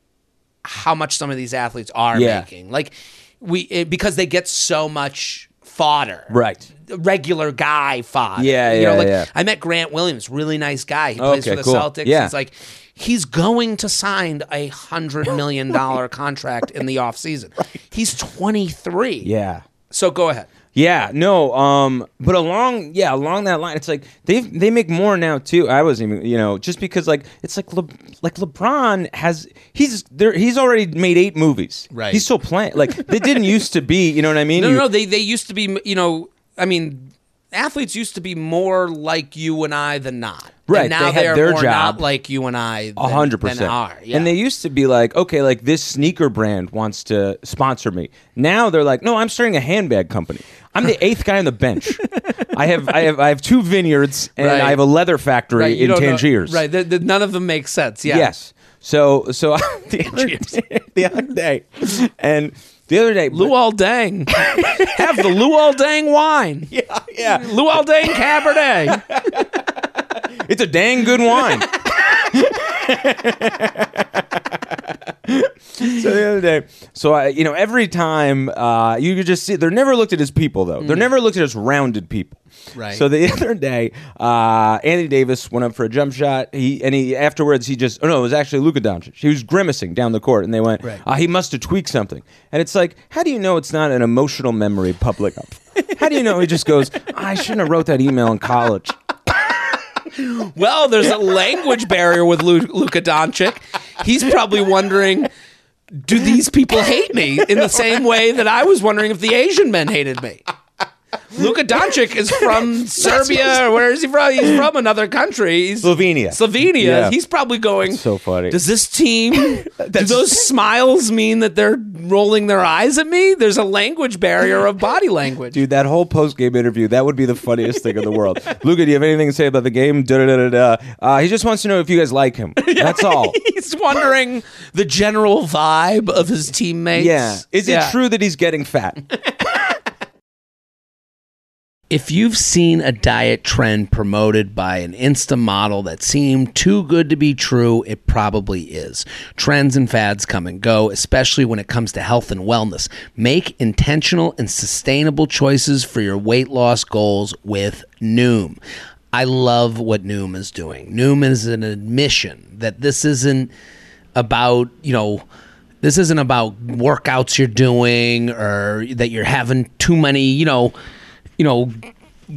how much some of these athletes are
Yeah.
making. Like we it, because they get so much fodder.
Right.
Regular guy fodder.
Yeah,
You know,
yeah,
like
yeah.
I met Grant Williams, really nice guy. He plays
Okay,
for the
cool.
Celtics.
Yeah.
He's like he's going to sign a hundred million dollar contract in the offseason. He's twenty three.
yeah.
So go ahead.
Yeah. No. Um. But along, yeah, along that line, it's like they they make more now too. I wasn't even, you know, just because like it's like Le, like LeBron has he's there he's already made eight movies.
Right.
He's still playing. Like they didn't used to be. You know what I mean?
No,
You-
no, no, they they used to be, you know, I mean, athletes used to be more like you and I than not. And
Right,
now
they had
are
their
more
job.
not like you and I. Than,
A hundred
than
percent.
Are yeah.
And they used to be like, okay, like this sneaker brand wants to sponsor me. Now they're like, no, I'm starting a handbag company. I'm the eighth guy on the bench. I have I have I have two vineyards and
Right.
I have a leather factory
Right, you
in
don't know-
Tangiers.
right? th- th- none of them make sense. Yeah.
Yes. So so the, other day, the other day and the other day
Luol Dang, have the Luol Dang wine. Yeah.
yeah
Luol Dang Cabernet.
It's a dang good wine. so the other day, so I, you know, every time uh, you could just see, they're never looked at as people though. They're never looked at as rounded people.
Mm. Right.
So the other day, uh, Anthony Davis went up for a jump shot. He and he afterwards he just oh no, it was actually Luka Doncic. He was grimacing down the court, and they went,
Right.
"Ah, he must have tweaked something. And it's like, how do you know it's not an emotional memory public up? How do you know he just goes, "Ah, I shouldn't have wrote that email in college.
Well, there's a language barrier with Lu- Luka Doncic. He's probably wondering, do these people hate me in the same way that I was wondering if the Asian men hated me? Luka Doncic is from Serbia, or where is he from? He's from another country. He's
Slovenia.
Slovenia.
Yeah.
He's probably going.
so funny.
Does this team? do those smiles mean that they're rolling their eyes at me? There's a language barrier of body language.
Dude, that whole post game interview, that would be the funniest thing in the world. Luca, do you have anything to say about the game? Da, da, da, da, da. Uh, he just wants to know if you guys like him. That's all.
He's wondering the general vibe of his teammates.
Yeah. Is
Yeah.
it true that he's getting fat?
If you've seen a diet trend promoted by an Insta model that seemed too good to be true, it probably is. Trends and fads come and go, especially when it comes to health and wellness. Make intentional and sustainable choices for your weight loss goals with Noom. I love what Noom is doing. Noom is an admission that this isn't about, you know, this isn't about workouts you're doing or that you're having too many, you know, you know,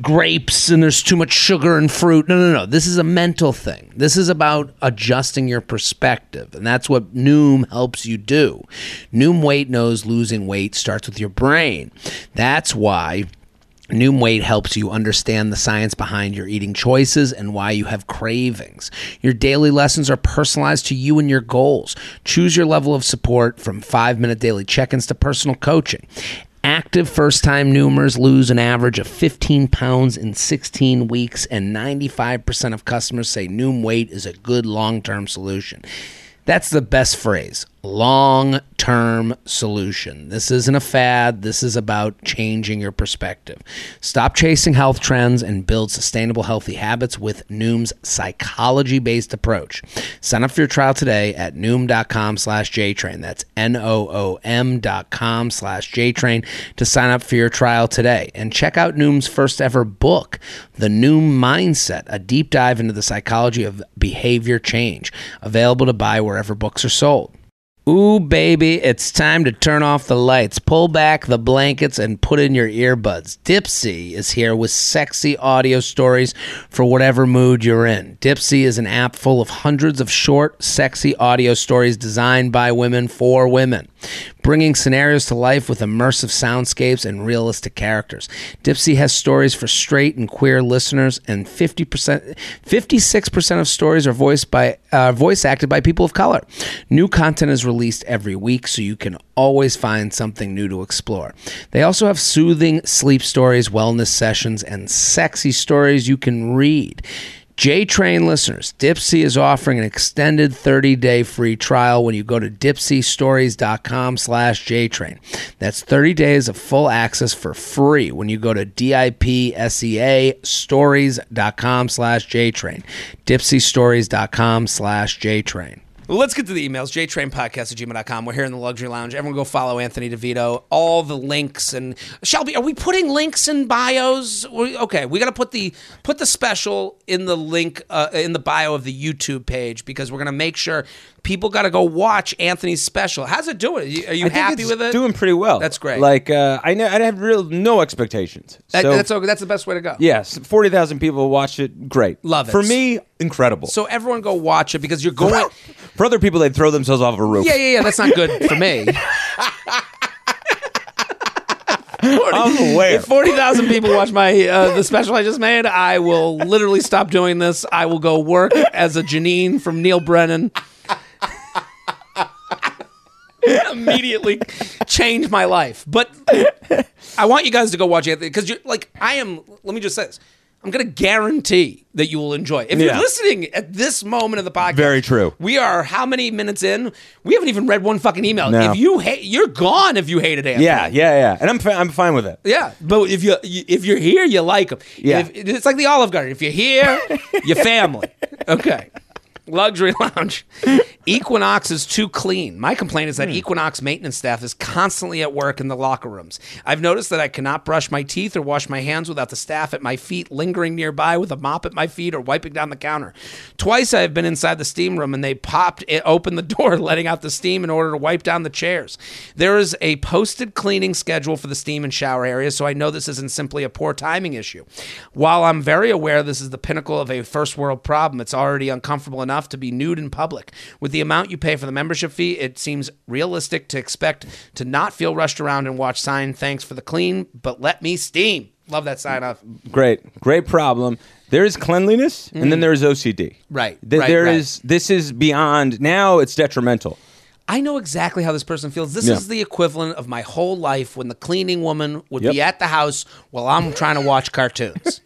grapes and there's too much sugar and fruit. No, no, no. This is a mental thing. This is about adjusting your perspective. And that's what Noom helps you do. Noom Weight knows losing weight starts with your brain. That's why Noom Weight helps you understand the science behind your eating choices and why you have cravings. Your daily lessons are personalized to you and your goals. Choose your level of support from five minute daily check ins to personal coaching. Active first time Noomers lose an average of 15 pounds in 16 weeks, and 95% of customers say Noom Weight is a good long term solution. That's the best phrase long term solution. This isn't a fad. This is about changing your perspective. Stop chasing health trends and build sustainable, healthy habits with Noom's psychology based approach. Sign up for your trial today at noom.com slash JTrain. That's N O O M dot com slash JTrain to sign up for your trial today. And check out Noom's first ever book, The Noom Mindset, a deep dive into the psychology of behavior change, available to buy wherever books are sold. Ooh, baby, it's time to turn off the lights, pull back the blankets, and put in your earbuds. Dipsy is here with sexy audio stories for whatever mood you're in. Dipsy is an app full of hundreds of short, sexy audio stories designed by women for women, bringing scenarios to life with immersive soundscapes and realistic characters. Dipsy has stories for straight and queer listeners, and 50%, 56% of stories are voiced by uh, voice acted by people of color. New content is released every week, so you can always find something new to explore. They also have soothing sleep stories, wellness sessions, and sexy stories you can read. J Train listeners, Dipsy is offering an extended 30-day free trial when you go to dipsystories.com slash JTrain. That's 30 days of full access for free when you go to E DIPSEA stories.com slash JTrain. Dipsystories.com slash JTrain. Let's get to the emails. JTrainPodcast at gmail.com. We're here in the luxury lounge. Everyone go follow Anthony DeVito. All the links and Shelby, are we putting links in bios? We- Okay, we got to put the put the special in the link uh, in the bio of the YouTube page because we're gonna make sure people got to go watch Anthony's special. How's it doing? Are you, are you
I think
happy
it's
with it?
Doing pretty well.
That's great.
Like uh, I know I have real no expectations.
That-
so,
Uh, that's okay. That's the best way to go.
yes, forty thousand people watched it. Great.
Love it.
For me, incredible.
So everyone go watch it because you're going.
for other people, they'd throw themselves off a roof.
yeah, yeah, yeah. That's not good for me.
I'm aware.
If 40,000 people watch my uh, the special I just made, I will literally stop doing this. I will go work as a Janine from Neil Brennan. Immediately change my life. But I want you guys to go watch Anthony because you're like, I am. Let me just say this. I'm going to guarantee that you will enjoy. it. If you're
Yeah.
listening at this moment of the podcast,
Very true.
We are how many minutes in? We haven't even read one fucking email.
No.
If you hate, you're gone. If you hated Anthony,
yeah, yeah, yeah. And I'm fi- I'm fine with it.
yeah, but if you you- if you're here, you like them.
Yeah.
If- it's like the Olive Garden. If you're here, your family. Okay, luxury lounge. Equinox is too clean. My complaint is that Equinox maintenance staff is constantly at work in the locker rooms. I've noticed that I cannot brush my teeth or wash my hands without the staff at my feet lingering nearby with a mop at my feet or wiping down the counter. Twice I have been inside the steam room and they popped it open the door, letting out the steam in order to wipe down the chairs. There is a posted cleaning schedule for the steam and shower area, so I know this isn't simply a poor timing issue. While I'm very aware this is the pinnacle of a first world problem, it's already uncomfortable enough to be nude in public. With the amount you pay for the membership fee, it seems realistic to expect to not feel rushed around and watch sign thanks for the clean, but let me steam. Love that sign off.
Great, great problem. There is cleanliness, and then there is OCD.
Mm. Right,
Th-
right,
there
right.
is- This is beyond. Now it's detrimental.
I know exactly how this person feels. This
Yeah.
is the equivalent of my whole life when the cleaning woman would
Yep.
be at the house while I'm trying to watch cartoons.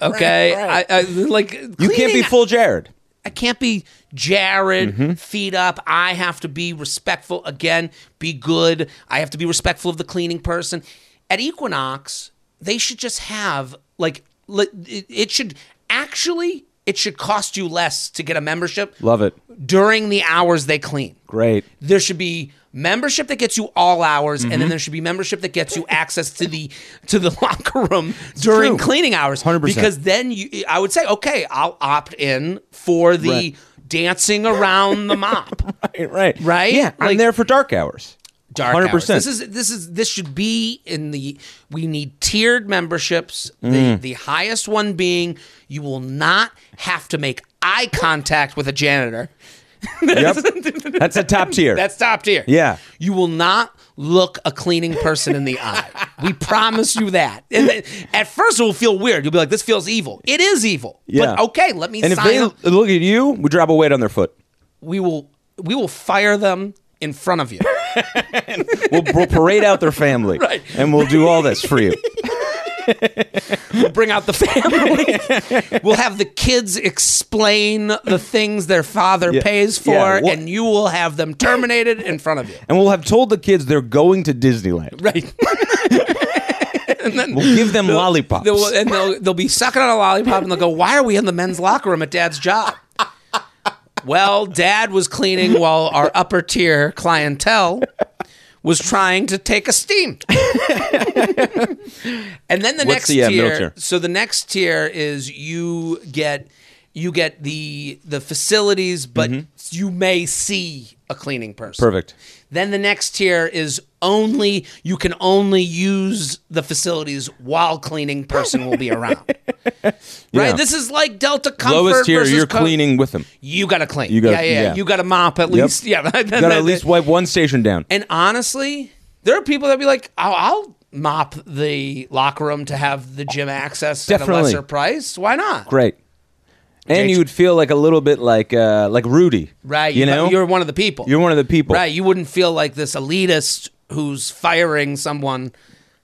Okay, I, I, like
You can't be Mm-hmm. full Jared.
I can't be Jared feet up. I have to be respectful again. Be good. I have to be respectful of the cleaning person. At Equinox, they should just have Like li- it it should actually it should cost you less to get a membership
Love it.
during the hours they clean.
Great.
There should be membership that gets you all hours, and
Mm-hmm.
then there should be membership that gets you access to the to the locker room during
true.
cleaning hours.
100%.
Because then you, I would say, okay, I'll opt in for the
Right.
dancing around the mop.
Right. Right.
Right?
Yeah. I'm
Like-
there for dark hours.
Dark 100%.
100%.
This is this is this should be in the we need tiered memberships.
Mm.
The the highest one being you will not have to make eye contact with a janitor.
Yep. That's a top tier.
That's top tier.
Yeah.
You will not look a cleaning person in the eye. We promise you that. And then, at first, it will feel weird. You'll be like, this feels evil. It is evil.
Yeah.
But okay, let me
and if
sign
they
up.
look at you, we drop a weight on their foot.
We will, we will fire them in front of you.
We'll, we'll parade out their family,
Right.
and we'll do all this for you.
We'll bring out the family. we'll have the kids explain the things their father
Yeah.
pays for,
Yeah. Well-
and you will have them terminated in front of you.
And we'll have told the kids they're going to Disneyland.
Right.
We'll give them lollipops.
They'll, and they'll they'll be sucking on a lollipop and they'll go, "Why are we in the men's locker room at Dad's job?" well, Dad was cleaning while our upper tier clientele was trying to take a steam. and then the
What's
next
the, uh, middle
tier,
tier?
So the next tier is you get you get the the facilities, but
Mm-hmm.
you may see a cleaning person.
Perfect.
Then the next tier is only you can only use the facilities while cleaning person will be around.
Yeah.
Right? This is like Delta Comfort
Lowest tier,
versus
you're
Co-
cleaning with them.
You got to clean.
You gotta-
yeah, yeah,
yeah.
You got to mop at
Yep.
least. Yeah.
You gotta at least wipe one station down.
And honestly, there are people that be like, "I'll, I'll mop the locker room to have the gym access at
Definitely.
a lesser price. Why not?"
Great. And
Jake-
you would feel like a little bit like uh, like Rudy,
Right.
You, know,
you're one of the people.
You're one of the people,
Right. You wouldn't feel like this elitist who's firing someone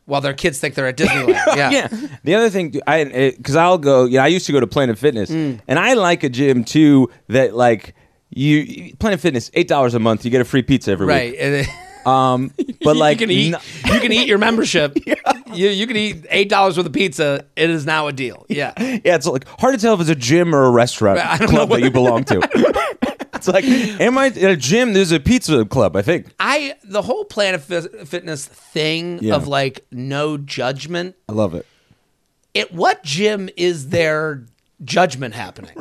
while their kids think they're at Disneyland. yeah.
yeah. The other thing, I because I'll go. Yeah, I used to go to Planet Fitness,
Mm.
and I like a gym too. That like you Planet Fitness, eight dollars a month, you get a free pizza every
Right.
week.
And-
Um, but like
you can eat,
n-
you can eat your membership. You you can eat eight dollars worth of pizza. It is now a deal. Yeah.
yeah, it's like hard to tell if it's a gym or a restaurant
I don't
club
know
that you belong to. it's like, am I in a gym? There's a pizza club, I think.
I the whole Planet Fi- Fitness thing
Yeah.
of like no judgment.
I love it.
At what gym is there judgment happening?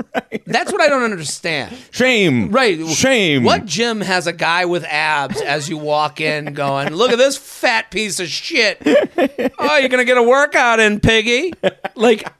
That's what I don't understand.
Shame,
Right.
Shame.
What gym has a guy with abs as you walk in going, look at this fat piece of shit. Oh, you're going to get a workout in, piggy. Like,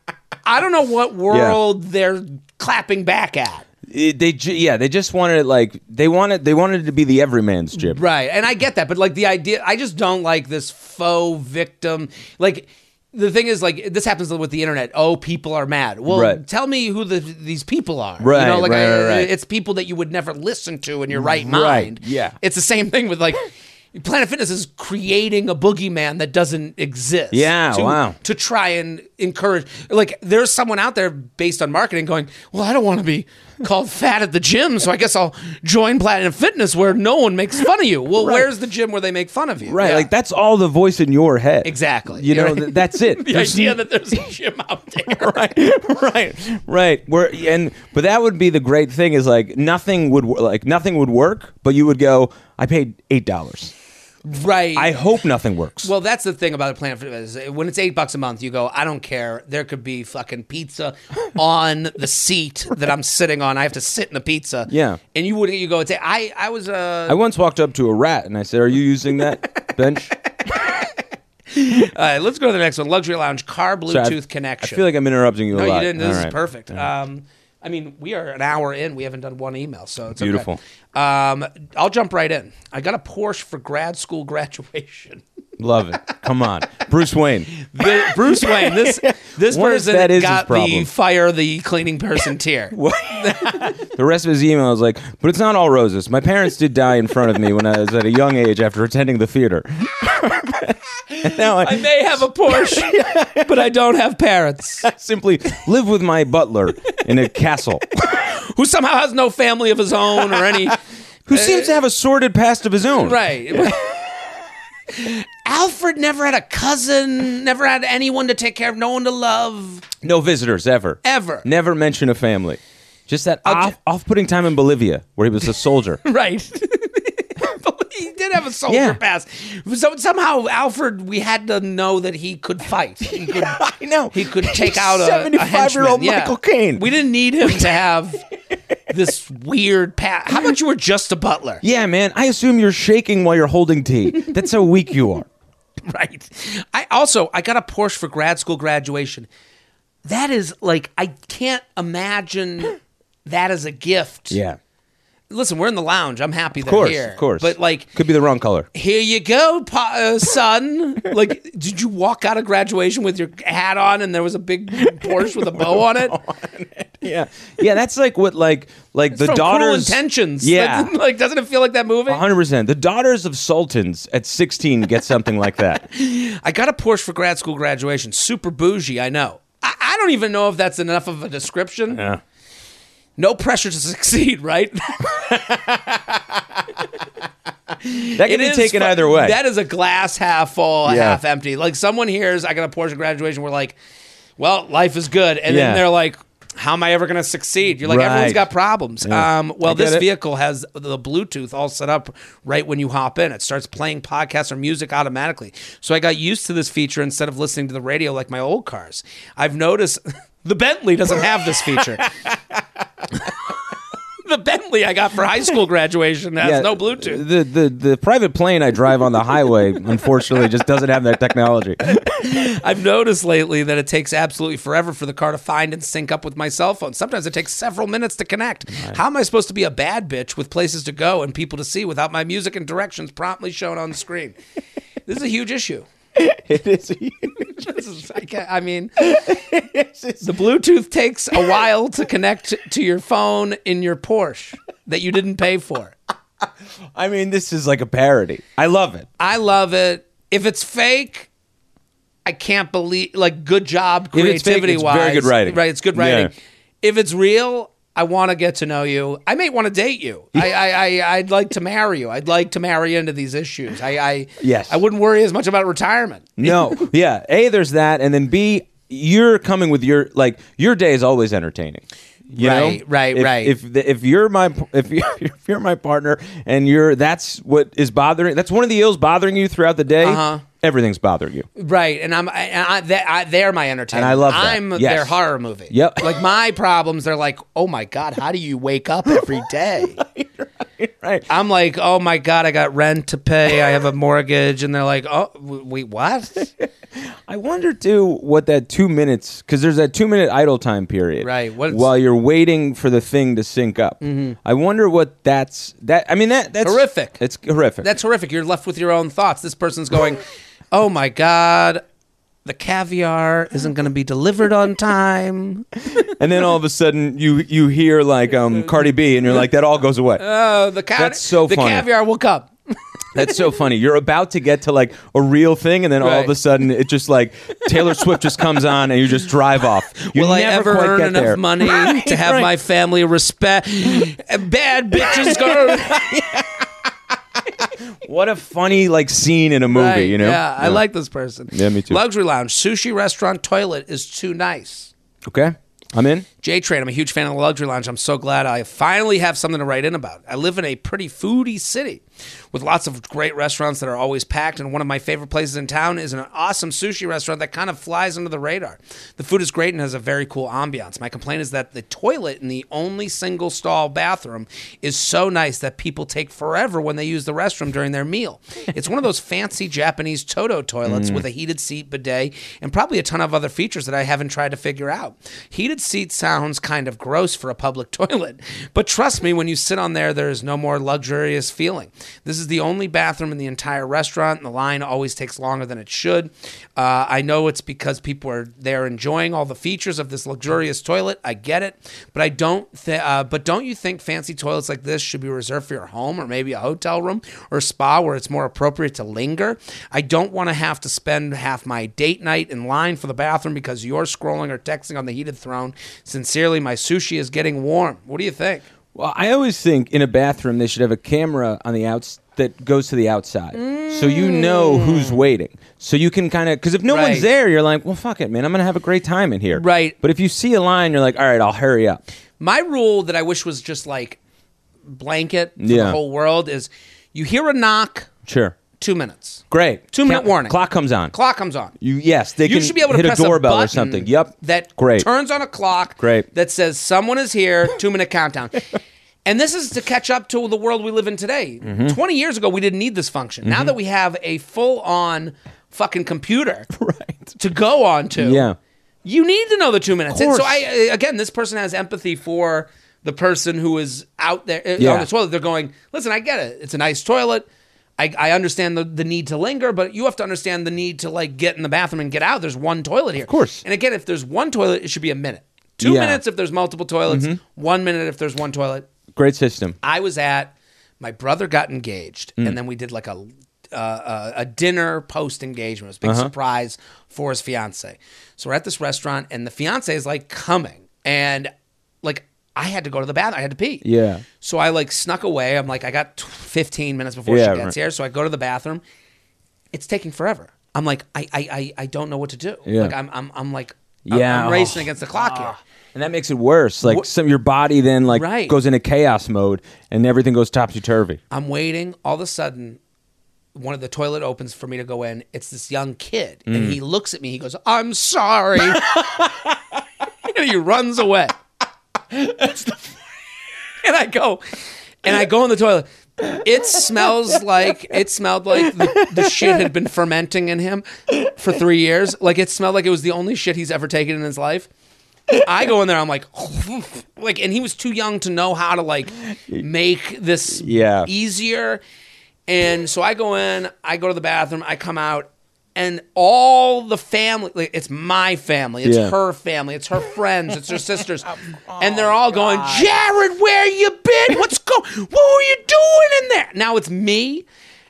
I don't know what world they're clapping back at.
It- they ju- yeah they just wanted it like they wanted they wanted it to be the everyman's gym.
Right. And I get that. But like the idea, I just don't like this faux victim. Like, the thing is, like, this happens with the internet. Oh, people are mad. Well,
Right.
tell me who the, these people are.
Right,
You know, like,
right,
I,
right, right.
it's people that you would never listen to in your right,
Right,
mind.
yeah.
It's the same thing with, like, Planet Fitness is creating a boogeyman that doesn't exist.
Yeah,
to-
wow.
To try and encourage, like, there's someone out there based on marketing going, well, I don't want to be called fat at the gym, so I guess I'll join Planet Fitness where no one makes fun of you. Well, where's the gym where they make fun of you?
Right,
Yeah.
like that's all the voice in your head.
Exactly.
You know,
You're-
th- that's it.
The
There's
idea
n-
that there's a gym out there.
right, right, right. Where and but that would be the great thing is like nothing would wor- like nothing would work, but you would go. I paid eight dollars.
Right.
I hope nothing works.
Well, that's the thing about Planet Fitness. is When it's eight bucks a month, you go, I don't care. There could be fucking pizza on the seat that I'm sitting on. I have to sit in the pizza.
Yeah.
And you wouldn't, you go and say, I, I was
I
uh,
once walked up to a rat and I said, "Are you using that bench?"
all right, let's go to the next one. Luxury Lounge car Bluetooth
Sorry, I-
connection.
I feel like I'm interrupting you a
no,
lot.
you didn't. This
All
is
right.
perfect. Um, I mean, we are an hour in. We haven't done one email, so it's okay.
Beautiful.
Um, I'll jump right in. I got a Porsche for grad school graduation.
Love it. Come on, Bruce Wayne.
The- Bruce Wayne. This this
What if
person
that is his
got the
problem?
fire the cleaning person tier.
The rest of his email is like, but it's not all roses. My parents did die in front of me when I was at a young age after attending the theater. And now I,
I may have a Porsche, but I don't have parents
simply live with my butler in a castle
who somehow has no family of his own or any
who seems to have a sordid past of his own.
right. Alfred never had a cousin, never had anyone to take care of, no one to love
No visitors ever.
ever.
Never mention a family. Just that off, off-putting time in Bolivia where he was a soldier.
Right. But he did have a soldier
Yeah.
pass. So somehow Alfred, we had to know that he could fight. He could,
I know.
he could take
He's
out a
75-year-old
a henchman, yeah.
Michael Caine.
We didn't need him to have this weird pass. How about you were just a butler?
yeah, man. I assume you're shaking while you're holding tea. That's how weak you are.
Right. I also I got a Porsche for grad school graduation. That is like I can't imagine that as a gift.
Yeah.
Listen, we're in the lounge. I'm happy
Of course,
they're here.
of course.
But like
could be the wrong color.
here you go, pa- uh, son. like, did you walk out of graduation with your hat on and there was a big Porsche with a bow on it?
Yeah, yeah. That's like what like like the
From Cruel
daughters.
intentions.
Yeah. Uh-huh.
Like, like, doesn't it feel like that movie?
Hundred percent. The daughters of sultans at sixteen get something like that.
I got a Porsche for grad school graduation. Super bougie, I know. I, I don't even know if that's enough of a description.
Yeah.
No pressure to succeed, right?
That can be
is
taken
fu-
either way.
That is a glass half full,
Yeah.
half empty. Like someone hears, I got a Porsche graduation. We're like, well, life is good, and
Yeah.
then they're like, how am I ever going to succeed? You're like, everyone's
Right.
got problems. Um, well,
I get
this
it.
vehicle has the Bluetooth all set up right when you hop in. It starts playing podcasts or music automatically. So I got used to this feature instead of listening to the radio like my old cars. I've noticed the Bentley doesn't have this feature. the Bentley I got for high school graduation has
Yeah,
no Bluetooth.
The, the the private plane I drive on the highway, unfortunately, just doesn't have that technology.
I've noticed lately that it takes absolutely forever for the car to find and sync up with my cell phone. Sometimes it takes several minutes to connect. How am I supposed to be a bad bitch with places to go and people to see without my music and directions promptly shown on the screen? this is a huge issue.
It is.
This is, I, can't- I mean, the Bluetooth takes a while to connect to your phone in your Porsche that you didn't pay for.
I mean, this is like a parody. I love it.
I love it. If it's fake, I can't believe. Like, good job,
If it's fake,
creativity
it's
wise.
very good writing.
Right, it's good
Yeah.
writing. If it's real, I want to get to know you. I may want to date you. I, I, I, I'd like to marry you. I'd like to marry into these issues. I, I,
Yes.
I wouldn't worry as much about retirement.
No, yeah. A, there's that, and then B, you're coming with your like your day is always entertaining. You
Right,
know?
right,
if,
right.
If the, if you're my if you're, if you're my partner and you're that's what is bothering that's one of the ills bothering you throughout the day. Uh-huh. Everything's bothering you.
Right, and I'm I, and I, they, I, they're my entertainment.
And I love that.
I'm
Yes.
their horror movie.
Yep.
Like my problems, they're like, oh my god, how do you wake up every day?
Right.
I'm like, oh my god, I got rent to pay, I have a mortgage, and they're like, oh, w- wait, what?
I wonder too what that two minutes because there's that two minute idle time period,
Right, what- Mm-hmm.
while you're waiting for the thing to sync up, I wonder what that's that. I mean that that's
Horrific.
It's horrific.
That's horrific. You're left with your own thoughts. This person's going, oh my god, the caviar isn't going to be delivered on time.
and then all of a sudden you you hear like um Cardi B and you're like that all goes away.
Oh, the caviar.
That's so
the
funny.
caviar will come.
That's so funny. You're about to get to like a real thing, and then all of
Right.
a sudden it just like Taylor Swift just comes on, and you just drive off. You
Will I
never
ever
quite
earn
get
enough
there.
money to have
right.
my family respect? Bad bitches go.
What a funny like scene in a movie,
Right,
you know?
Yeah, I like this person.
Yeah, me too.
Luxury lounge, sushi restaurant toilet is too nice.
Okay, I'm in.
J Train, I'm a huge fan of the Luxury Lounge. I'm so glad I finally have something to write in about. I live in a pretty foodie city with lots of great restaurants that are always packed, and one of my favorite places in town is an awesome sushi restaurant that kind of flies under the radar. The food is great and has a very cool ambiance. My complaint is that the toilet in the only single stall bathroom is so nice that people take forever when they use the restroom during their meal. It's one of those fancy Japanese Toto toilets with a heated seat, bidet, and probably a ton of other features that I haven't tried to figure out. Heated seat sounds kind of gross for a public toilet, but trust me, when you sit on there, there is no more luxurious feeling. This is the only bathroom in the entire restaurant, and the line always takes longer than it should. Uh, I know it's because people are there enjoying all the features of this luxurious toilet. I get it, but I don't. Th- uh, but don't you think fancy toilets like this should be reserved for your home or maybe a hotel room or spa where it's more appropriate to linger? I don't want to have to spend half my date night in line for the bathroom because you're scrolling or texting on the heated throne. Sincerely, my sushi is getting warm. What do you think?
Well, I always think in a bathroom they should have a camera on the outs that goes to the outside, so you know who's waiting, so you can kind of because if no one's
Mm. Right.
there, you're like, well, fuck it, man, I'm gonna have a great time in here,
Right.
But if you see a line, you're like, all right, I'll hurry up.
My rule that I wish was just like blanket for the
Yeah.
whole world is you hear a knock,
Sure,
two minutes.
great.
Two minute
Count-
warning.
Clock comes on.
Clock comes on.
You yes, they
you
can
should be able to
hit
press
a doorbell
button
or something. Yep.
That
great.
turns on a clock.
Great.
That says someone is here. Two minute countdown. And this is to catch up to the world we live in today.
Mm-hmm.
Twenty years ago, we didn't need this function. Now that we have a full on fucking computer
right.
to go on to,
Yeah.
you need to know the two minutes. And so
course.
I uh, again, this person has empathy for the person who is out there uh,
Yeah.
on the toilet. They're going, listen, I get it. It's a nice toilet. I, I understand the, the need to linger, but you have to understand the need to like get in the bathroom and get out. There's one toilet here. Of
course.
And again, if there's one toilet, it should be a minute. Two
Yeah. Mm-hmm.
minutes if there's multiple toilets. One minute if there's one toilet.
Great system.
I was at my brother got engaged,
Mm.
and then we did like a uh, uh, a dinner post engagement. It was a
Uh-huh.
big surprise for his fiance. So we're at this restaurant, and the fiance is like coming, and like I had to go to the bathroom. I had to pee.
Yeah.
So I like snuck away. I'm like, I got t- 15 minutes before
Yeah,
she gets
right.
here. So I go to the bathroom. It's taking forever. I'm like, I I I, I don't know what to do.
Yeah.
Like I'm I'm I'm like, I'm-
Yeah.
I'm racing
Oh.
against the clock here.
And that makes it worse. Like
What-
some your body then like
Right.
goes into chaos mode and everything goes topsy turvy.
I'm waiting. All of a sudden, one of the toilet opens for me to go in. It's this young kid, and he looks at me. He goes, "I'm sorry," and he runs away. and I go, and I go in the toilet. It smells like it smelled like the, the shit had been fermenting in him for three years. Like it smelled like it was the only shit he's ever taken in his life. I go in there. I'm like, like, and he was too young to know how to like make this
Yeah.
easier. And so I go in, I go to the bathroom, I come out, and all the family like, it's my family, it's
Yeah.
her family, it's her friends, it's her sisters. and they're all going, Jared, where you been? What's going what were you doing in there? Now it's me.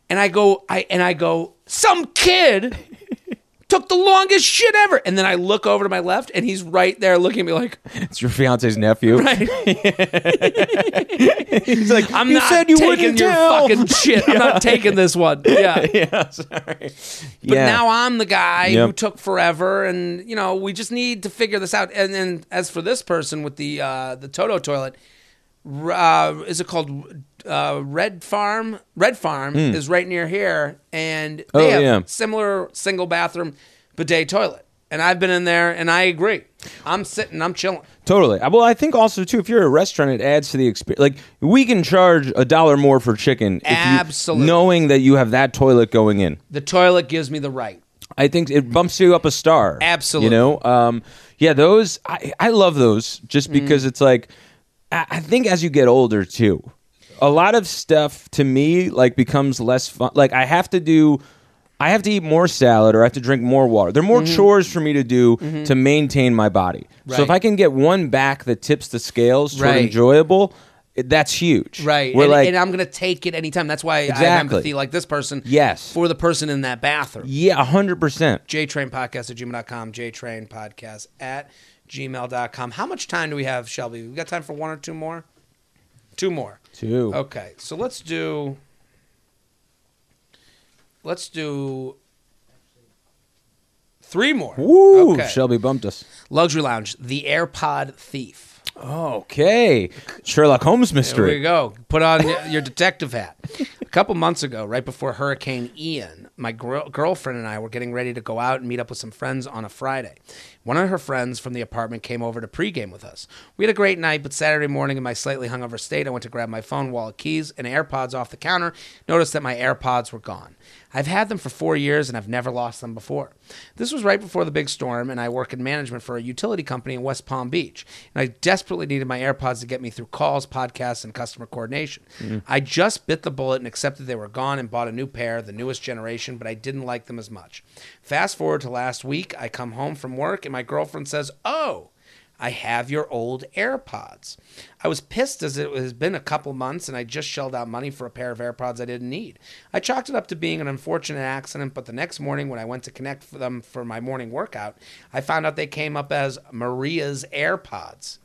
And I go, I and I go, some kid took the longest shit ever. And then I look over to my left and he's right there looking at me like,
It's your fiance's nephew. He's like,
I'm
you
not
said you
taking
wouldn't
your
tell."
fucking shit. I'm not taking this one. Yeah.
yeah, sorry.
But now I'm the guy who
Yep.
took forever, and you know we just need to figure this out. And then as for this person with the uh, the Toto toilet, r- uh, is it called uh, Red Farm? Red Farm is right near here, and they
Hmm. Oh,
have
yeah.
similar single bathroom bidet toilet. And I've been in there, and I agree. I'm sitting, I'm chilling.
Totally. Uh, Well, I think also too, if you're a restaurant, it adds to the experience. Like we can charge a dollar more for chicken, if you-
Absolutely.
knowing that you have that toilet going in.
The toilet gives me the right.
I think it bumps you up a star.
Absolutely.
You know, um, yeah, those I, I love those just
Mm-hmm.
because it's like I, I think as you get older too, a lot of stuff to me like becomes less fun. Like I have to do. I have to eat more salad or I have to drink more water. There are
Mm-hmm.
more chores for me to do to maintain my body. So if
Right.
I can get one back that tips the scales toward
Right.
enjoyable, it, that's huge.
Right.
We're
And,
like,
and I'm going to take it anytime. That's why I have
Exactly.
empathy like this person
Yes.
for the person in that bathroom.
yeah, hundred percent.
jtrain podcast at gmail.com jtrain podcast at gmail.com how much time do we have shelby we got time for one or two more two more
Two.
okay so let's do let's do three more
Woo!
okay.
Shelby bumped us.
luxury lounge the airpod thief
Okay, Sherlock Holmes mystery.
There we go. Put on y- your detective hat. A couple months ago, right before Hurricane Ian, my gr- girlfriend and I were getting ready to go out and meet up with some friends on a Friday. One of her friends from the apartment came over to pregame with us. We had a great night, but Saturday morning in my slightly hungover state, I went to grab my phone, wallet, keys, and AirPods off the counter, noticed that my AirPods were gone. I've had them for four years and I've never lost them before. This was right before the big storm, and I work in management for a utility company in West Palm Beach. And I desperately needed my AirPods to get me through calls, podcasts, and customer coordination. I just bit the bullet and accepted they were gone and bought a new pair, the newest generation, but I didn't like them as much. Fast forward to last week, I come home from work and my girlfriend says, Oh, I have your old AirPods. I was pissed as it has been a couple months and I just shelled out money for a pair of AirPods I didn't need. I chalked it up to being an unfortunate accident, but the next morning when I went to connect for them for my morning workout, I found out they came up as Maria's AirPods.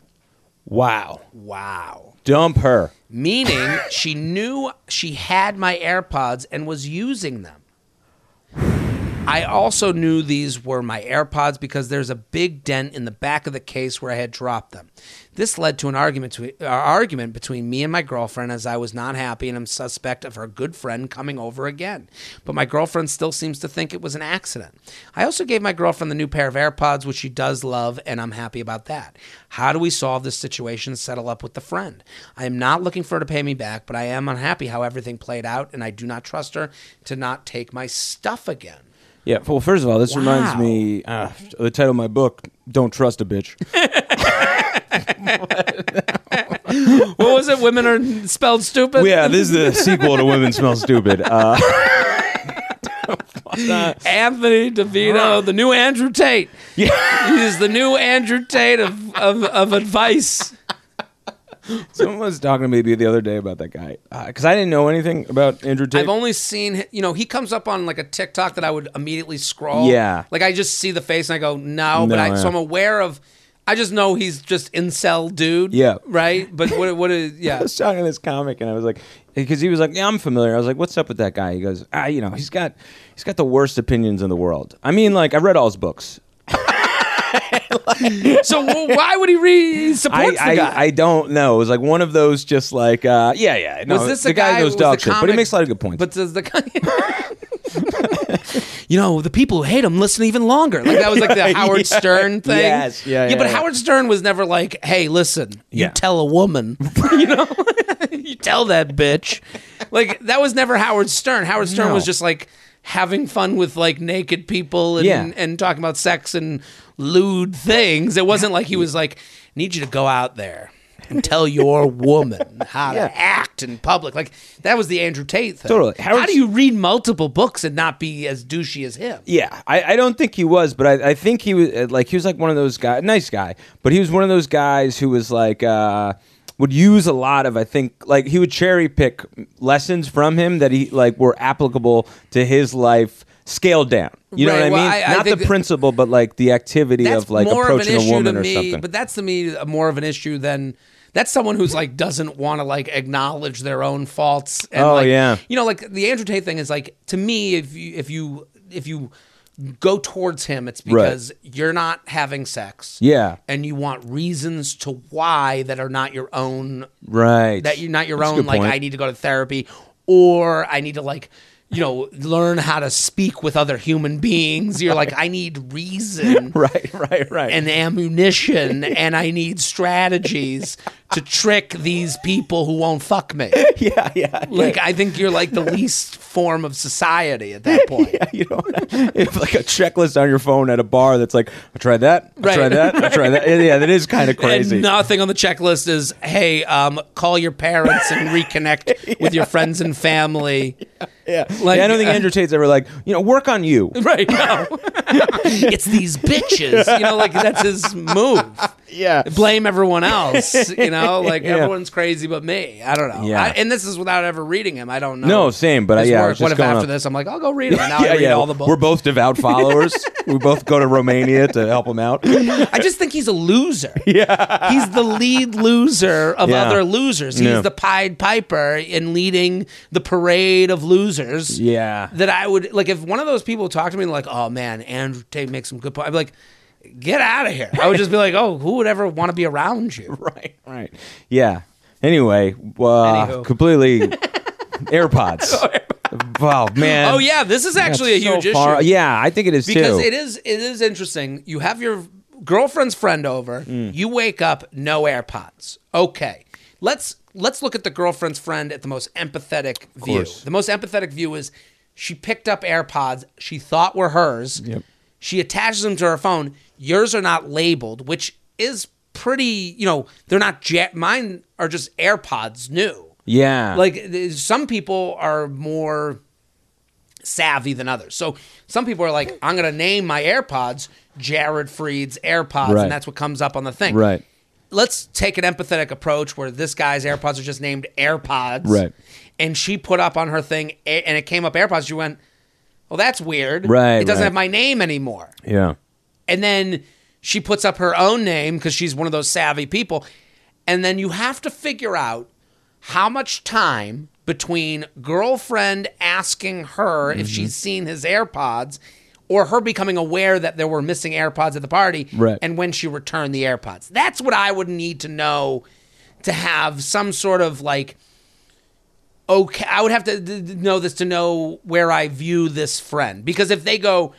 Wow.
Wow.
Dump her.
Meaning she knew she had my AirPods and was using them. I also knew these were my AirPods because there's a big dent in the back of the case where I had dropped them. This led to an argument to, uh, argument between me and my girlfriend as I was not happy and am suspect of her good friend coming over again. But my girlfriend still seems to think it was an accident. I also gave my girlfriend the new pair of AirPods which she does love and I'm happy about that. How do we solve this situation and settle up with the friend? I am not looking for her to pay me back, but I am unhappy how everything played out and I do not trust her to not take my stuff again.
Yeah. Well, first of all, this reminds
Wow.
me uh, the title of my book, Don't Trust a Bitch.
What was it? Women are spelled stupid.
yeah, this is the sequel to Women Smell Stupid. Uh,
Anthony DeVito, the new Andrew Tate. Yeah, he's the new Andrew Tate of of, of advice.
someone was talking to me the other day about that guy because I didn't know anything about Andrew Tate.
I've only seen you know he comes up on like a TikTok that I would immediately scroll.
Yeah.
like I just see the face and I go no,
No,
but I,
yeah.
so I'm aware of. I just know he's just incel dude.
Yeah.
right. But what what is
I
yeah?
was talking to this comic, and I was like, because he was like, "Yeah, I'm familiar." I was like, "What's up with that guy?" He goes, "Ah, you know, he's got, he's got the worst opinions in the world." I mean, like, I read all his books.
So wh- why would he re he
I,
supports the guy?
I, I don't know. It was like one of those, just like, uh, yeah, yeah. No,
was this
the
a guy,
guy knows
was
dog
the
shit, but he
comic-
makes a lot of good points.
But does the guy? you know, the people who hate him listen even longer. Like that was like the
Yeah,
Howard
yeah.
Stern thing.
Yes, yeah, yeah,
but
yeah.
Howard Stern was never like, "Hey, listen,
Yeah.
you tell a woman, you know, you tell that bitch." Like that was never Howard Stern. Howard Stern
No.
was just like having fun with like naked people and
Yeah.
and talking about sex and lewd things. It wasn't like he was like, "Need you to go out there." And tell your woman how
Yeah.
to act in public. Like that was the Andrew Tate thing.
Totally.
How
Howard's-
do you read multiple books and not be as douchey as him?
Yeah, I, I don't think he was, but I, I think he was uh, like he was like one of those guys, nice guy, but he was one of those guys who was like uh, would use a lot of I think like he would cherry pick lessons from him that he like were applicable to his life scaled down. You know
Right,
what
well,
I mean?
I- I
Not
think
the
that-
principle, but like the activity of like approaching a woman
to
or
me.
something.
But that's to me a more of an issue than that's someone who's like doesn't want to like acknowledge their own faults. And
Oh,
like,
yeah.
you know, like the Andrew Tate thing is like to me if you if you if you go towards him, it's
Right.
because you're not having sex.
yeah,
And you want reasons to why that are not your own
right.
that you're not your
That's a
own
good
like
point.
i need to go to therapy or i need to like you know learn how to speak with other human beings you're like i need reason
Right, right, right.
and ammunition and i need strategies to trick these people who won't fuck me
yeah, yeah.
like i think you're like the least form of society at that point
Yeah, you know, if like a checklist on your phone at a bar that's like, I tried that, I
Right.
tried that, I tried that. Yeah, that is kind of crazy.
And nothing on the checklist is, hey, um, call your parents and reconnect with your friends and family.
yeah.
like,
Yeah, I don't think
uh,
Andrew Tate's ever like, you know, work on you.
Right. No. it's these bitches. You know, like that's his move.
Yeah.
Blame everyone else. You know, like
Yeah.
everyone's crazy but me. I don't know.
Yeah.
I, and this is without ever reading him. I don't know.
No, same, but I-
his
yeah, I
work.
was
What
just
if
going
after
up-
this I'm like, I'll go read them. Now I read all the books.
We're both devout followers. we both go to Romania to help him out. Yeah,
I just think he's a loser. Yeah. He's the lead loser of
Yeah.
other losers. He's
Yeah.
the Pied Piper in leading the parade of losers.
Yeah.
That I would like if one of those people talked to me like, oh man, Andrew Tate makes some good points. I'd be like, get out of here. I would just be like, oh, who would ever want to be around you?
right, right. Yeah. Anyway, uh,
Anywho.
completely AirPods. wow, man.
Oh yeah, this is
That's
actually a
so
huge
far-
issue.
Yeah, I think it is
Because
too.
it is it is interesting. You have your girlfriend's friend over.
Mm.
You wake up, no AirPods. Okay, let's let's look at the girlfriend's friend at the most empathetic view.
course.
The most empathetic view is she picked up AirPods she thought were hers.
Yep.
She attaches them to her phone. Yours are not labeled, which is pretty. You know, they're not. Ja- mine are just AirPods new
yeah.
like th- some people are more savvy than others. So some people are like, I'm gonna name my AirPods Jared Freed's AirPods,
Right.
and that's what comes up on the thing.
Right.
Let's take an empathetic approach where this guy's AirPods are just named AirPods.
Right.
And she put up on her thing, a- and it came up AirPods. She went, "Well, that's weird.
Right,
It doesn't
right.
have my name anymore."
yeah.
and then she puts up her own name because she's one of those savvy people And then you have to figure out how much time between girlfriend asking her if she's seen his AirPods or her becoming aware that there were missing AirPods at the party
Right.
and when she returned the AirPods. That's what I would need to know to have some sort of like okay i would have to d- d- know this to know where i view this friend because if they go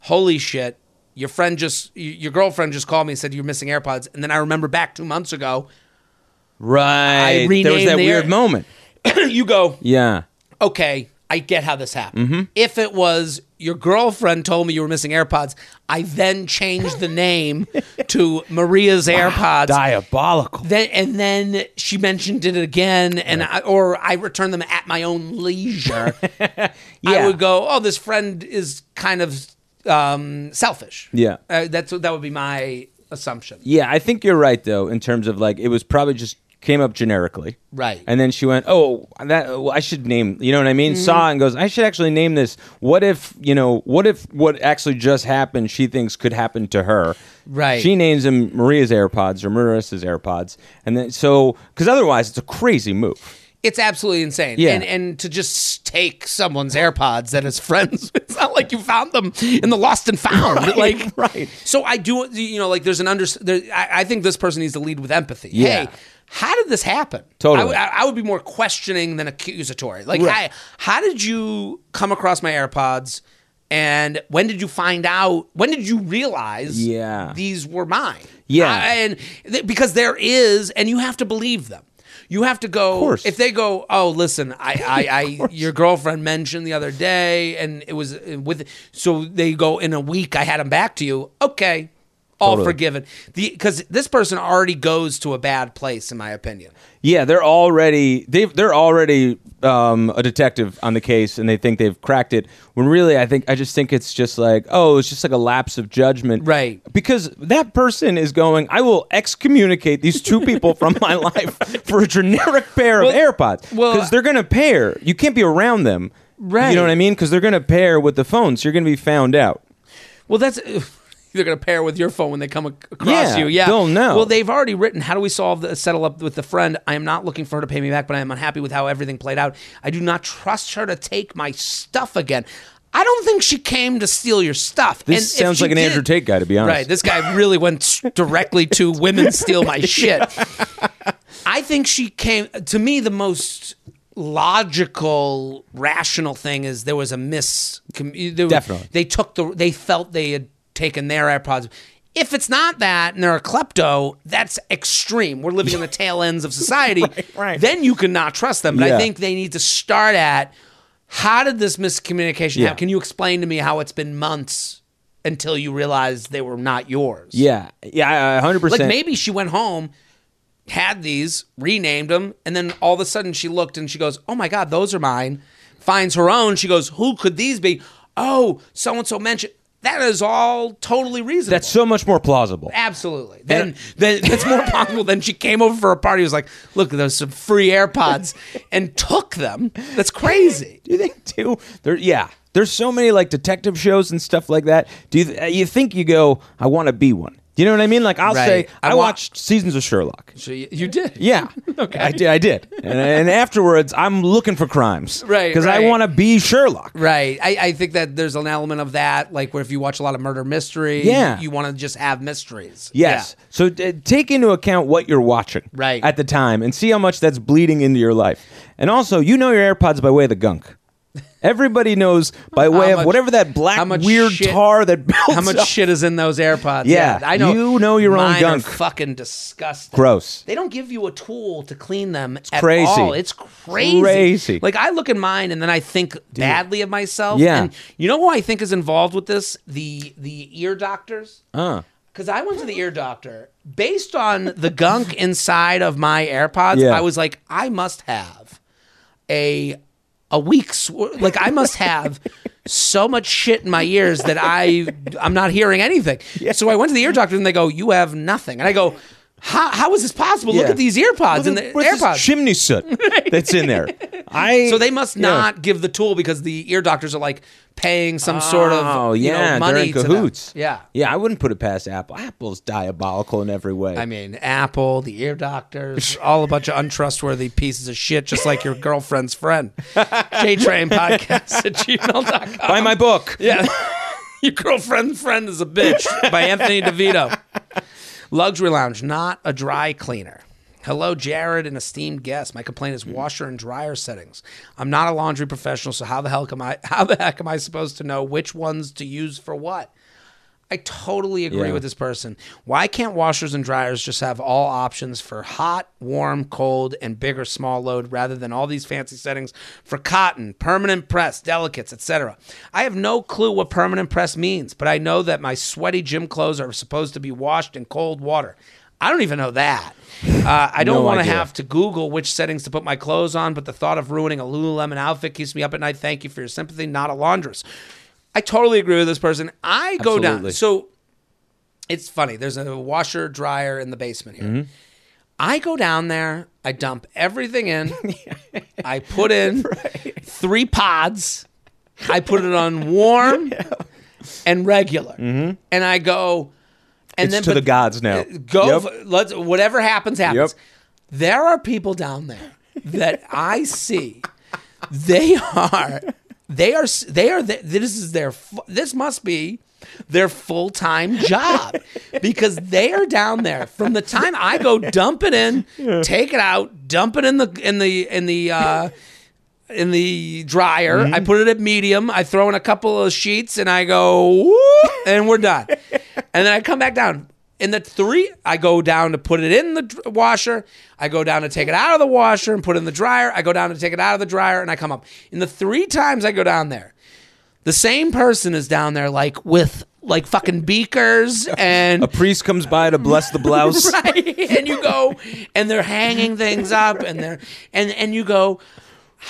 holy shit your friend just y- your girlfriend just called me and said you're missing airpods and then i remember back two months ago
Right. There was
renamed
that
the
weird
air-
moment.
you go
Yeah.
okay i get how this happened if it was your girlfriend told me you were missing airpods i then changed the name to maria's airpods
Diabolical.
then and then she mentioned it again and I, or i returned them at my own leisure i
Yeah.
would go oh this friend is kind of um, selfish
Yeah.
uh, that's that would be my assumption
Yeah, I think you're right though in terms of like it was probably just came up generically.
Right. Mm-hmm.
And then she went, "Oh, that well, I should name, you know what I mean?" Saw it and goes, "I should actually name this. What if, you know, what if what actually just happened she thinks could happen to her?"
Right.
She names him Maria's AirPods or Marissa's AirPods. And then so cuz otherwise it's a crazy move.
it's absolutely insane
Yeah.
and and to just take someone's airpods that is friends it's not like you found them in the lost and found like
right.
so i do you know like there's an under there, I, I think this person needs to lead with empathy
Yeah.
hey how did this happen
Totally.
I, would- I- I would be more questioning than accusatory like hi,
Right.
how did you come across my airpods and when did you find out when did you realize
Yeah.
these were mine
Yeah.
I- and th- because there is and you have to believe them you have to go
course.
if they go oh listen i i, I your girlfriend mentioned the other day and it was uh, with so they go in a week i had them back to you okay all
Totally.
forgiven because this person already goes to a bad place in my opinion
Yeah, they're already they they're already um, a detective on the case, and they think they've cracked it. When really, I think I just think it's just like oh, it's just like a lapse of judgment,
Right.
Because that person is going, I will excommunicate these two people from my life for a generic pair of AirPods,
well,
because they're gonna pair. You can't be around them,
Right.
You know what I mean? Because they're gonna pair with the phone, so you're gonna be found out.
well that's they're going to pair with your phone when they come ac- across
Yeah,
you yeah
they'll know.
well they've already written how do we solve the settle up with the friend i am not looking for her to pay me back but i am unhappy with how everything played out i do not trust her to take my stuff again I don't think she came to steal your stuff.
This
if
sounds
she
like an Andrew Tate guy, to be honest.
Right. This guy really went s- directly to women steal my shit. I think she came to me the most logical, rational thing is there was a miss. com- There, was-
Definitely.
They took the. They felt they had taken their AirPods. If it's not that and they're a klepto, that's extreme. We're living in the tail ends of society.
right.
Then you can not trust them. But
Yeah.
I think they need to start at how did this miscommunication
Yeah.
happen? Can you explain to me how it's been months until you realized they were not yours?
Yeah, yeah, hundred
Like
percent.
maybe she went home, had these, renamed them, and then all of a sudden she looked and she goes, "Oh my god, those are mine." Finds her own. She goes, "Who could these be?" Oh, so and so mentioned. That is all totally reasonable.
that's so much more plausible.
Absolutely. Then, then that's more possible than she came over for a party. Was like, look, there's some free AirPods, and took them. That's crazy.
Do you think too? There, yeah. There's so many like detective shows and stuff like that. Do you uh, you think you go? I want to be one. Do you know what I mean? Like I'll
Right.
say I,
I wa-
watched seasons of Sherlock.
So you, you did.
Yeah, okay. I did. I did. And, and afterwards, I'm looking for crimes,
Right,
Because I
right.
want to be Sherlock.
Right. I, I think that there's an element of that, like where if you watch a lot of murder mystery,
Yeah.
you want to just have mysteries.
Yes. So uh, take into account what you're watching
Right.
at the time and see how much that's bleeding into your life. And also, you know your AirPods by way of the gunk. Everybody knows by way of
much-
whatever that black
how much
weird
shit-
tar that builds
How much
up.
shit is in those AirPods?
Yeah.
I know.
You know your own
Mine are
gunk.
fucking disgusting.
Gross.
They don't give you a tool to clean them it's at
crazy.
all. It's crazy.
Crazy.
Like I look at mine and then I think badly of myself.
Yeah.
And you know who I think is involved with this? The the ear doctors.
Uh.
Because I went to the ear doctor based on the gunk inside of my AirPods.
Yeah.
I was like, I must have a a week's wor- like I must have so much shit in my ears that I I'm not hearing anything. So I went to the ear doctor and they go, "You have nothing." And I go, How, how is this possible? Look
Yeah.
at these earpods and the
Where's this
AirPods.
chimney soot that's in there. I
so they must
yeah.
not give the tool because the ear doctors are like paying some sort of
oh
you know,
yeah,
money
they're in
to them.
cahoots.
Yeah.
yeah. I wouldn't put it past Apple. Apple's diabolical in every way.
I mean, Apple, the ear doctors, all a bunch of untrustworthy pieces of shit, just like your girlfriend's friend. JTrain podcast at gmail.com.
Buy my book.
Yeah. Your girlfriend's friend is a bitch by Anthony DeVito. Luxury Lounge, not a dry cleaner. Hello, Jared and esteemed guest. My complaint is washer and dryer settings. I'm not a laundry professional, so how the hell am I how the heck am I supposed to know which ones to use for what? I totally agree
Yeah.
with this person. Why can't washers and dryers just have all options for hot, warm, cold, and big or small load rather than all these fancy settings for cotton, permanent press, delicates, etc.? I have no clue what permanent press means, but I know that my sweaty gym clothes are supposed to be washed in cold water. I don't even know that. Uh, I don't
No
want to
idea.
have to Google which settings to put my clothes on, but the thought of ruining a Lululemon outfit keeps me up at night. Thank you for your sympathy, not a laundress. I totally agree with this person. I go down.
Absolutely.
So it's funny. There's a washer dryer in the basement here.
Mm-hmm.
I go down there. I dump everything in. I put in three pods. I put it on warm and regular, and I go. And
Mm-hmm. It's
then
to
but- uh,
the gods now.
Go.
Yep.
f- Let's whatever happens happens.
Yep.
There are people down there that I see. They are. They are. s- They are. th- This is their. fu- This must be their full time job because they are down there from the time I go dump it in, take it out, dump it in the in the in the. Uh, in the dryer. I put it at medium. I throw in a couple of sheets and I go, whoop, and we're done. and then I come back down. In the three, I go down to put it in the dr- washer. I go down to take it out of the washer and put it in the dryer. I go down to take it out of the dryer and I come up. In the three times I go down there, the same person is down there like with like fucking beakers and
A priest comes by to bless the blouse.
right? and you go and they're hanging things up and they're and and you go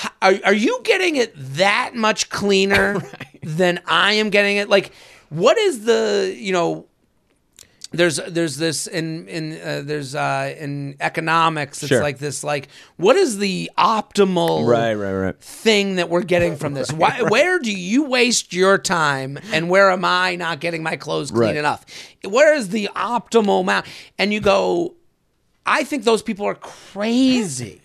"H- are, are you getting it that much cleaner than i am getting it like what is the you know there's there's this in in uh, there's uh in economics it's
Sure.
like this like what is the optimal
Right, right, right.
thing that we're getting from this? Why, Where do you waste your time, and where am I not getting my clothes clean
Right.
enough? Where is the optimal amount? And you go, I think those people are crazy,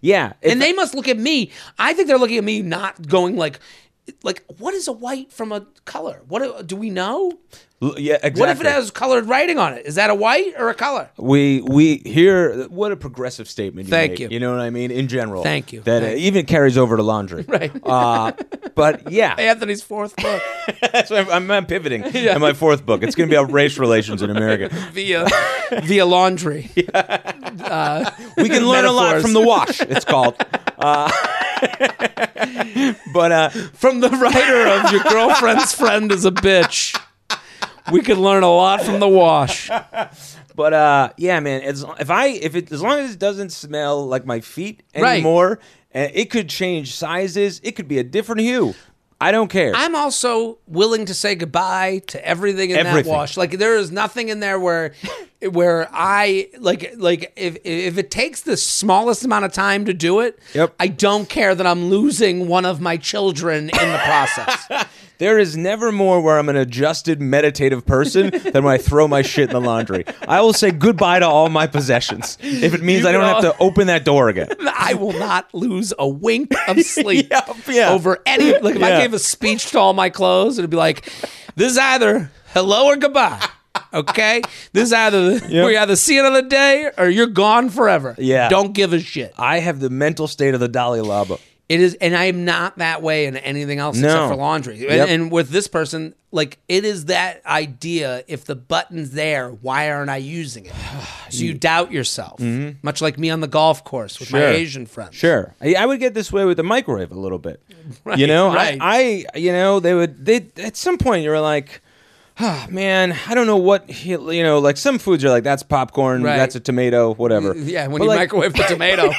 Yeah,
and they must look at me. I think they're looking at me, not going like, like what is a white from a color? What do- do we know?
L- yeah, exactly.
What if it has colored writing on it? Is that a white or a color?
we we hear what a progressive statement. You
Thank
make,
you.
You know what I mean? In general,
Thank you.
That
Thank
uh, even carries over to laundry,
Right.
Uh, but yeah,
Anthony's fourth book
that's why I'm, I'm pivoting in my fourth book. It's going to be about race relations in America.
via via laundry.
We can learn a lot
Metaphors.
from the wash. It's called. Uh, but uh,
from the writer of Your Girlfriend's Friend is a Bitch. We could learn a lot from the wash.
but uh, yeah, man. As, if I if it as long as it doesn't smell like my feet
Right.
anymore, uh, it could change sizes. It could be a different hue. I don't care.
I'm also willing to say goodbye to everything in that
Everything.
wash. Like there is nothing in there where where I like like if if it takes the smallest amount of time to do it,
Yep.
I don't care that I'm losing one of my children in the process.
There is never more where I'm an adjusted meditative person than when I throw my shit in the laundry. I will say goodbye to all my possessions if it means I don't have to open that door again.
I will not lose a wink of sleep
Yep, yeah.
over any like if I
Yeah.
gave a speech to all my clothes, it'd be like, this is either hello or goodbye. Okay? This is either we either see another day or you're gone forever.
Yeah.
Don't give a shit.
I have the mental state of the Dalai Lama.
It is, and I am not that way in anything else
No.
except for laundry. And,
Yep.
and with this person, like it is that idea. If the button's there, why aren't I using it? So you doubt yourself, much like me on the golf course with my
Mm-hmm. Sure.
Asian friends.
Sure, I, I would get this way with the microwave a little bit. you know, I-
right.
I, you know, they would. They at some point you were like, ah, man, I don't know what he- you know. Like some foods are like that's popcorn,
Right.
that's a tomato, whatever.
Yeah, when
But
you
like,
microwave the tomato.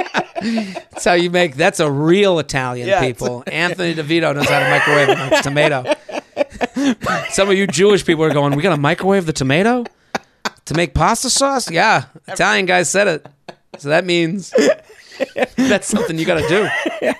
That's how you make. That's a real Italian
Yeah, it's-
people. Anthony DeVito knows how to microwave a tomato. Some of you Jewish people are going. We gotta microwave the tomato. to make pasta sauce? Yeah, Italian guy said it. So that means that's something you got to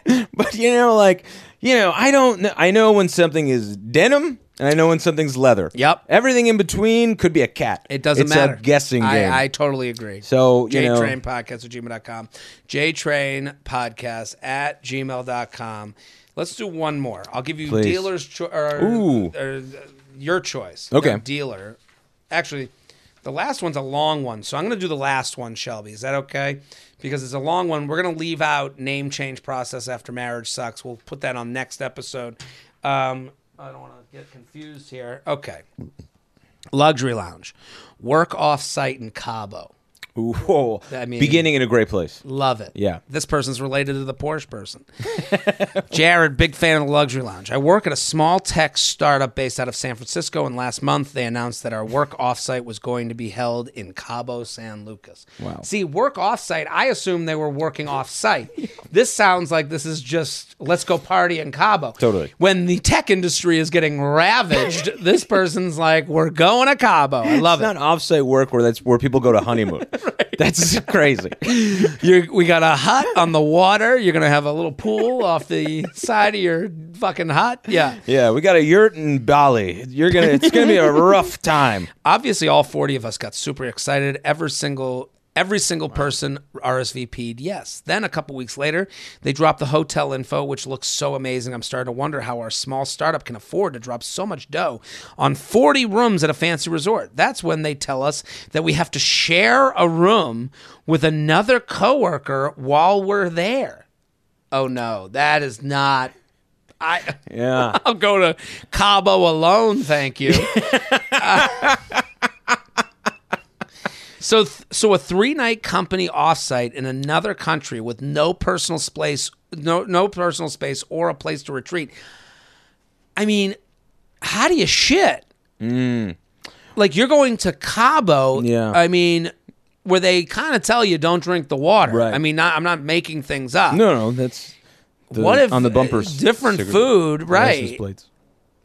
do.
but you know, like you know, I don't. Know, I know when something is denim, and I know when something's leather.
Yep.
Everything in between could be a cat.
It doesn't
it's
matter.
A guessing
I-
game.
I, totally agree.
So, you know-
JTrain Podcast at gmail.com. JTrain Podcast at gmail.com. Let's do one more. I'll give you
Please.
dealer's choice. Or,
Ooh.
or, uh, your choice.
Okay.
No, dealer. Actually, the last one's a long one. So I'm going to do the last one, Shelby. Is that okay? Because it's a long one. We're going to leave out name change process after marriage sucks. We'll put that on next episode. Um, I don't want to get confused here. Okay. Luxury lounge. Work off site in Cabo.
Ooh, whoa.
I mean-
beginning in a great place.
Love it.
Yeah.
This person's related to the Porsche person. Jared, big fan of the Luxury Lounge. I work at a small tech startup based out of San Francisco, and last month they announced that our work offsite was going to be held in Cabo San Lucas.
Wow.
See, work offsite, I assume they were working offsite. This sounds like this is just let's go party in Cabo.
Totally.
When the tech industry is getting ravaged, this person's like, we're going to Cabo. I love
It's
it.
not offsite work where that's where people go to honeymoon. That's crazy.
You're, we got a hut on the water. You're gonna have a little pool off the side of your fucking hut. Yeah.
Yeah, we got a yurt in Bali. You're gonna. It's gonna be a rough time.
Obviously, all 40 of us got super excited. Every single every single person RSVP'd. Yes. Then a couple weeks later, they dropped the hotel info, which looks so amazing. I'm starting to wonder how our small startup can afford to drop so much dough on 40 rooms at a fancy resort. That's when they tell us that we have to share a room with another coworker while we're there. Oh no, that is not. I
Yeah.
I'll go to Cabo alone, thank you. so, th- so a three-night company offsite in another country with no personal space, no no personal space or a place to retreat. I mean, how do you shit? Like you're going to Cabo.
Mm. Yeah.
I mean, where they kind of tell you don't drink the water.
Right.
I mean, not, I'm not making things up.
No, no, that's. the-
What if
on the
uh,
bumpers?
different
cigarette-
food,
license
right?
Plates.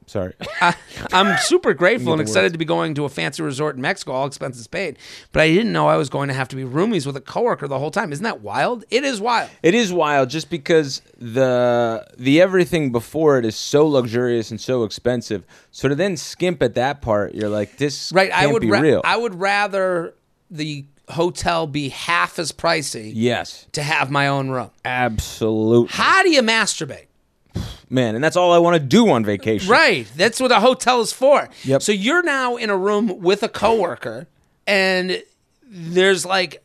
Sorry.
I'm super grateful and
the
excited
words.
to be going to a fancy resort in Mexico, all expenses paid. But I didn't know I was going to have to be roomies with a coworker the whole time. Isn't that wild? It is wild.
It is wild just because the the everything before it is so luxurious and so expensive. So to then skimp at that part, you're like, this
Right?
can't
I would
be
ra-
real.
I would rather the hotel be half as pricey
yes,
to have my own room.
absolutely,
How do you masturbate?
man. And that's all I want to do on vacation.
Right. That's what a hotel is for.
Yep.
So you're now in a room with a coworker, and there's like,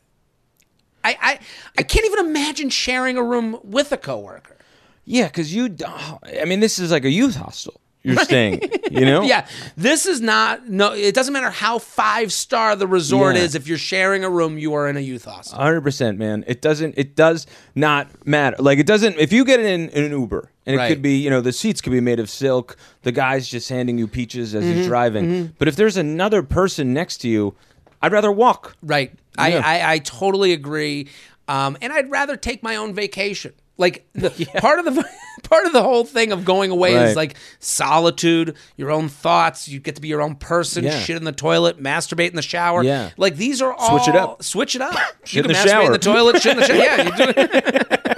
I I, I can't even imagine sharing a room with a coworker.
Yeah, because you. d- I mean, this is like a youth hostel. You're staying. You know.
Yeah, this is not no. It doesn't matter how five star the resort
Yeah. Uh,
is. If you're sharing a room, you are in a youth hostel.
Hundred percent, man. It doesn't. It does not matter. Like it doesn't. If you get in, in an Uber, and
Right.
it could be, you know, the seats could be made of silk. The guy's just handing you peaches as
Mm-hmm,
he's driving. But if there's another person next to you, I'd rather walk.
right. I,
Yeah.
I I totally agree. Um, and I'd rather take my own vacation. Like the part of the part of the whole thing of going away is
Right.
like solitude, your own thoughts. You get to be your own person.
Yeah.
Shit in the toilet, masturbate in the shower.
Yeah.
Like these are all
Switch it up.
Switch it up.
Shit
you
in
can
the
masturbate in
shower.
the toilet. Shit in the shower. Yeah, you do it.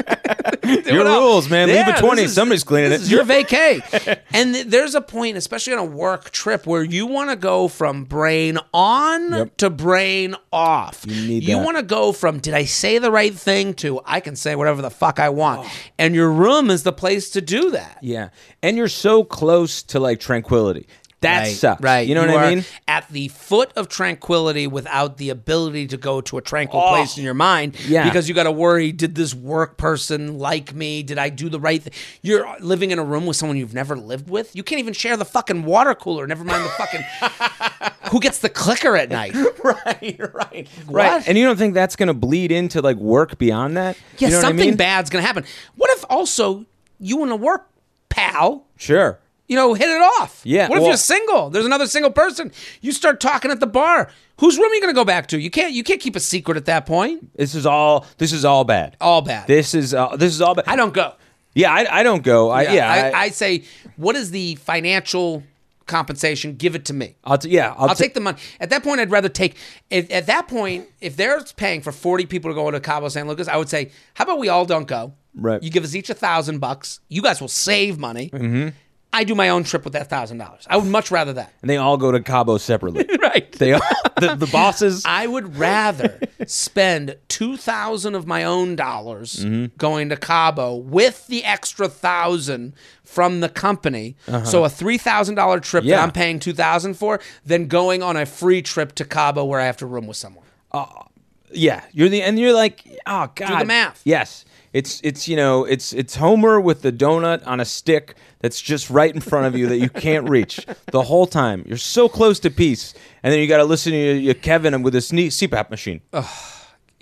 Your
it up.
rules, man.
Yeah,
Leave a
this
twenty.
is-
Somebody's cleaning
this
it.
is your vacay. and th- there's a point, especially on a work trip, where you want to go from brain on
Yep.
to brain off. You
need that.
want to go from did I say the right thing to I can say whatever the fuck I want.
Oh.
And your room is the place to do that.
yeah, and you're so close to like tranquility. That
right,
sucks.
Right.
You know what
are
I mean?
At the foot of tranquility without the ability to go to a tranquil place in your mind.
Oh. Yeah.
Because you got to worry did this work person like me? Did I do the right thing? You're living in a room with someone you've never lived with. You can't even share the fucking water cooler, never mind the fucking. who gets the clicker at night?
right. Right.
What?
Right. And you don't think that's gonna bleed into like work beyond that?
Yeah,
You know what I
something
mean?
bad's going to happen. What if also you and a work pal
Sure.
you know, hit it off.
Yeah,
What if
well-
you're single? There's another single person. You start talking at the bar. Whose room are you going to go back to? You can't. You can't keep a secret at that point.
This is all. This is all bad.
All bad.
This is uh, this is all bad.
I don't go.
Uh, Yeah, I, I don't go. I yeah,
I, I say, what is the financial compensation. Give it to me.
I'll t- yeah, I'll,
I'll
ta-
take the money. At that point, I'd rather take. If, at that point, if they're paying for forty people to go to Cabo San Lucas, I would say, how about we all don't go?
Right.
You give us each a thousand bucks. You guys will save money. Mm-hmm. I do my own trip with that thousand dollars. I would much rather that.
and they all go to Cabo separately.
Right.
They all, the, the bosses.
I would rather spend two thousand of my own dollars
Mm-hmm.
going to Cabo with the extra thousand from the company. So a three thousand dollar trip that
Uh-huh. Yeah.
I'm paying two thousand for, than going on a free trip to Cabo where I have to room with someone.
Yeah, you're the and you're like, oh god.
the math.
Yes, it's it's you know it's it's Homer with the donut on a stick that's just right in front of you that you can't reach the whole time. You're so close to peace, and then you got to listen to your, your Kevin with his knee, CPAP machine.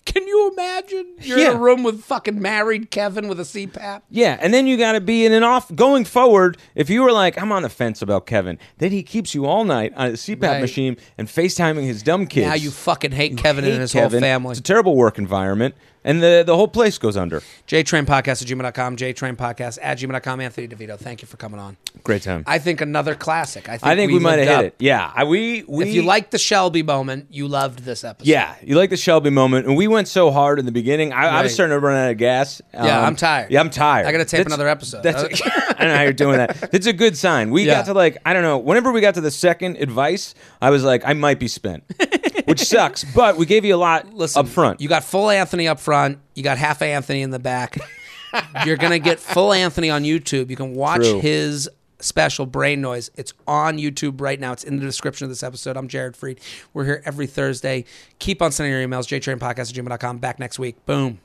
Can you imagine? You're in
Yeah.
a room with fucking married Kevin with a CPAP.
Yeah, and then you got to be in an off going forward. If you were like, I'm on the fence about Kevin, then he keeps you all night on his CPAP
Right.
machine and FaceTiming his dumb kids.
Now you fucking hate Kevin
Hate
and his whole
Kevin.
family.
It's a terrible work environment, and the the whole place goes under.
JTrainPodcast at gmail.com, JTrainPodcast at gmail.com. Anthony DeVito, thank you for coming on.
Great time.
I think another classic. I think,
I think we, might have
lived
hit
up.
it. Yeah, I, we we
If you liked the Shelby moment, you loved this episode.
Yeah, you like the Shelby moment, and we went so hard in the beginning. I, I
Right.
was starting to run out of gas. Um,
Yeah, I'm tired.
Yeah, I'm tired.
I gotta tape another episode.
That's, I don't know how you're doing that. That's a good sign. We
Yeah.
got to like I don't know. Whenever we got to the second advice, I was like, I might be spent, which sucks. But we gave you a lot
Listen,
up front.
You got full Anthony up front. You got half Anthony in the back. You're gonna get full Anthony on YouTube. You can watch
True.
his special brain noise. It's on YouTube right now. It's in the description of this episode. I'm Jared Freed. We're here every Thursday. Keep on sending your emails, jtrainpodcast at gmail.com. Back next week. Boom.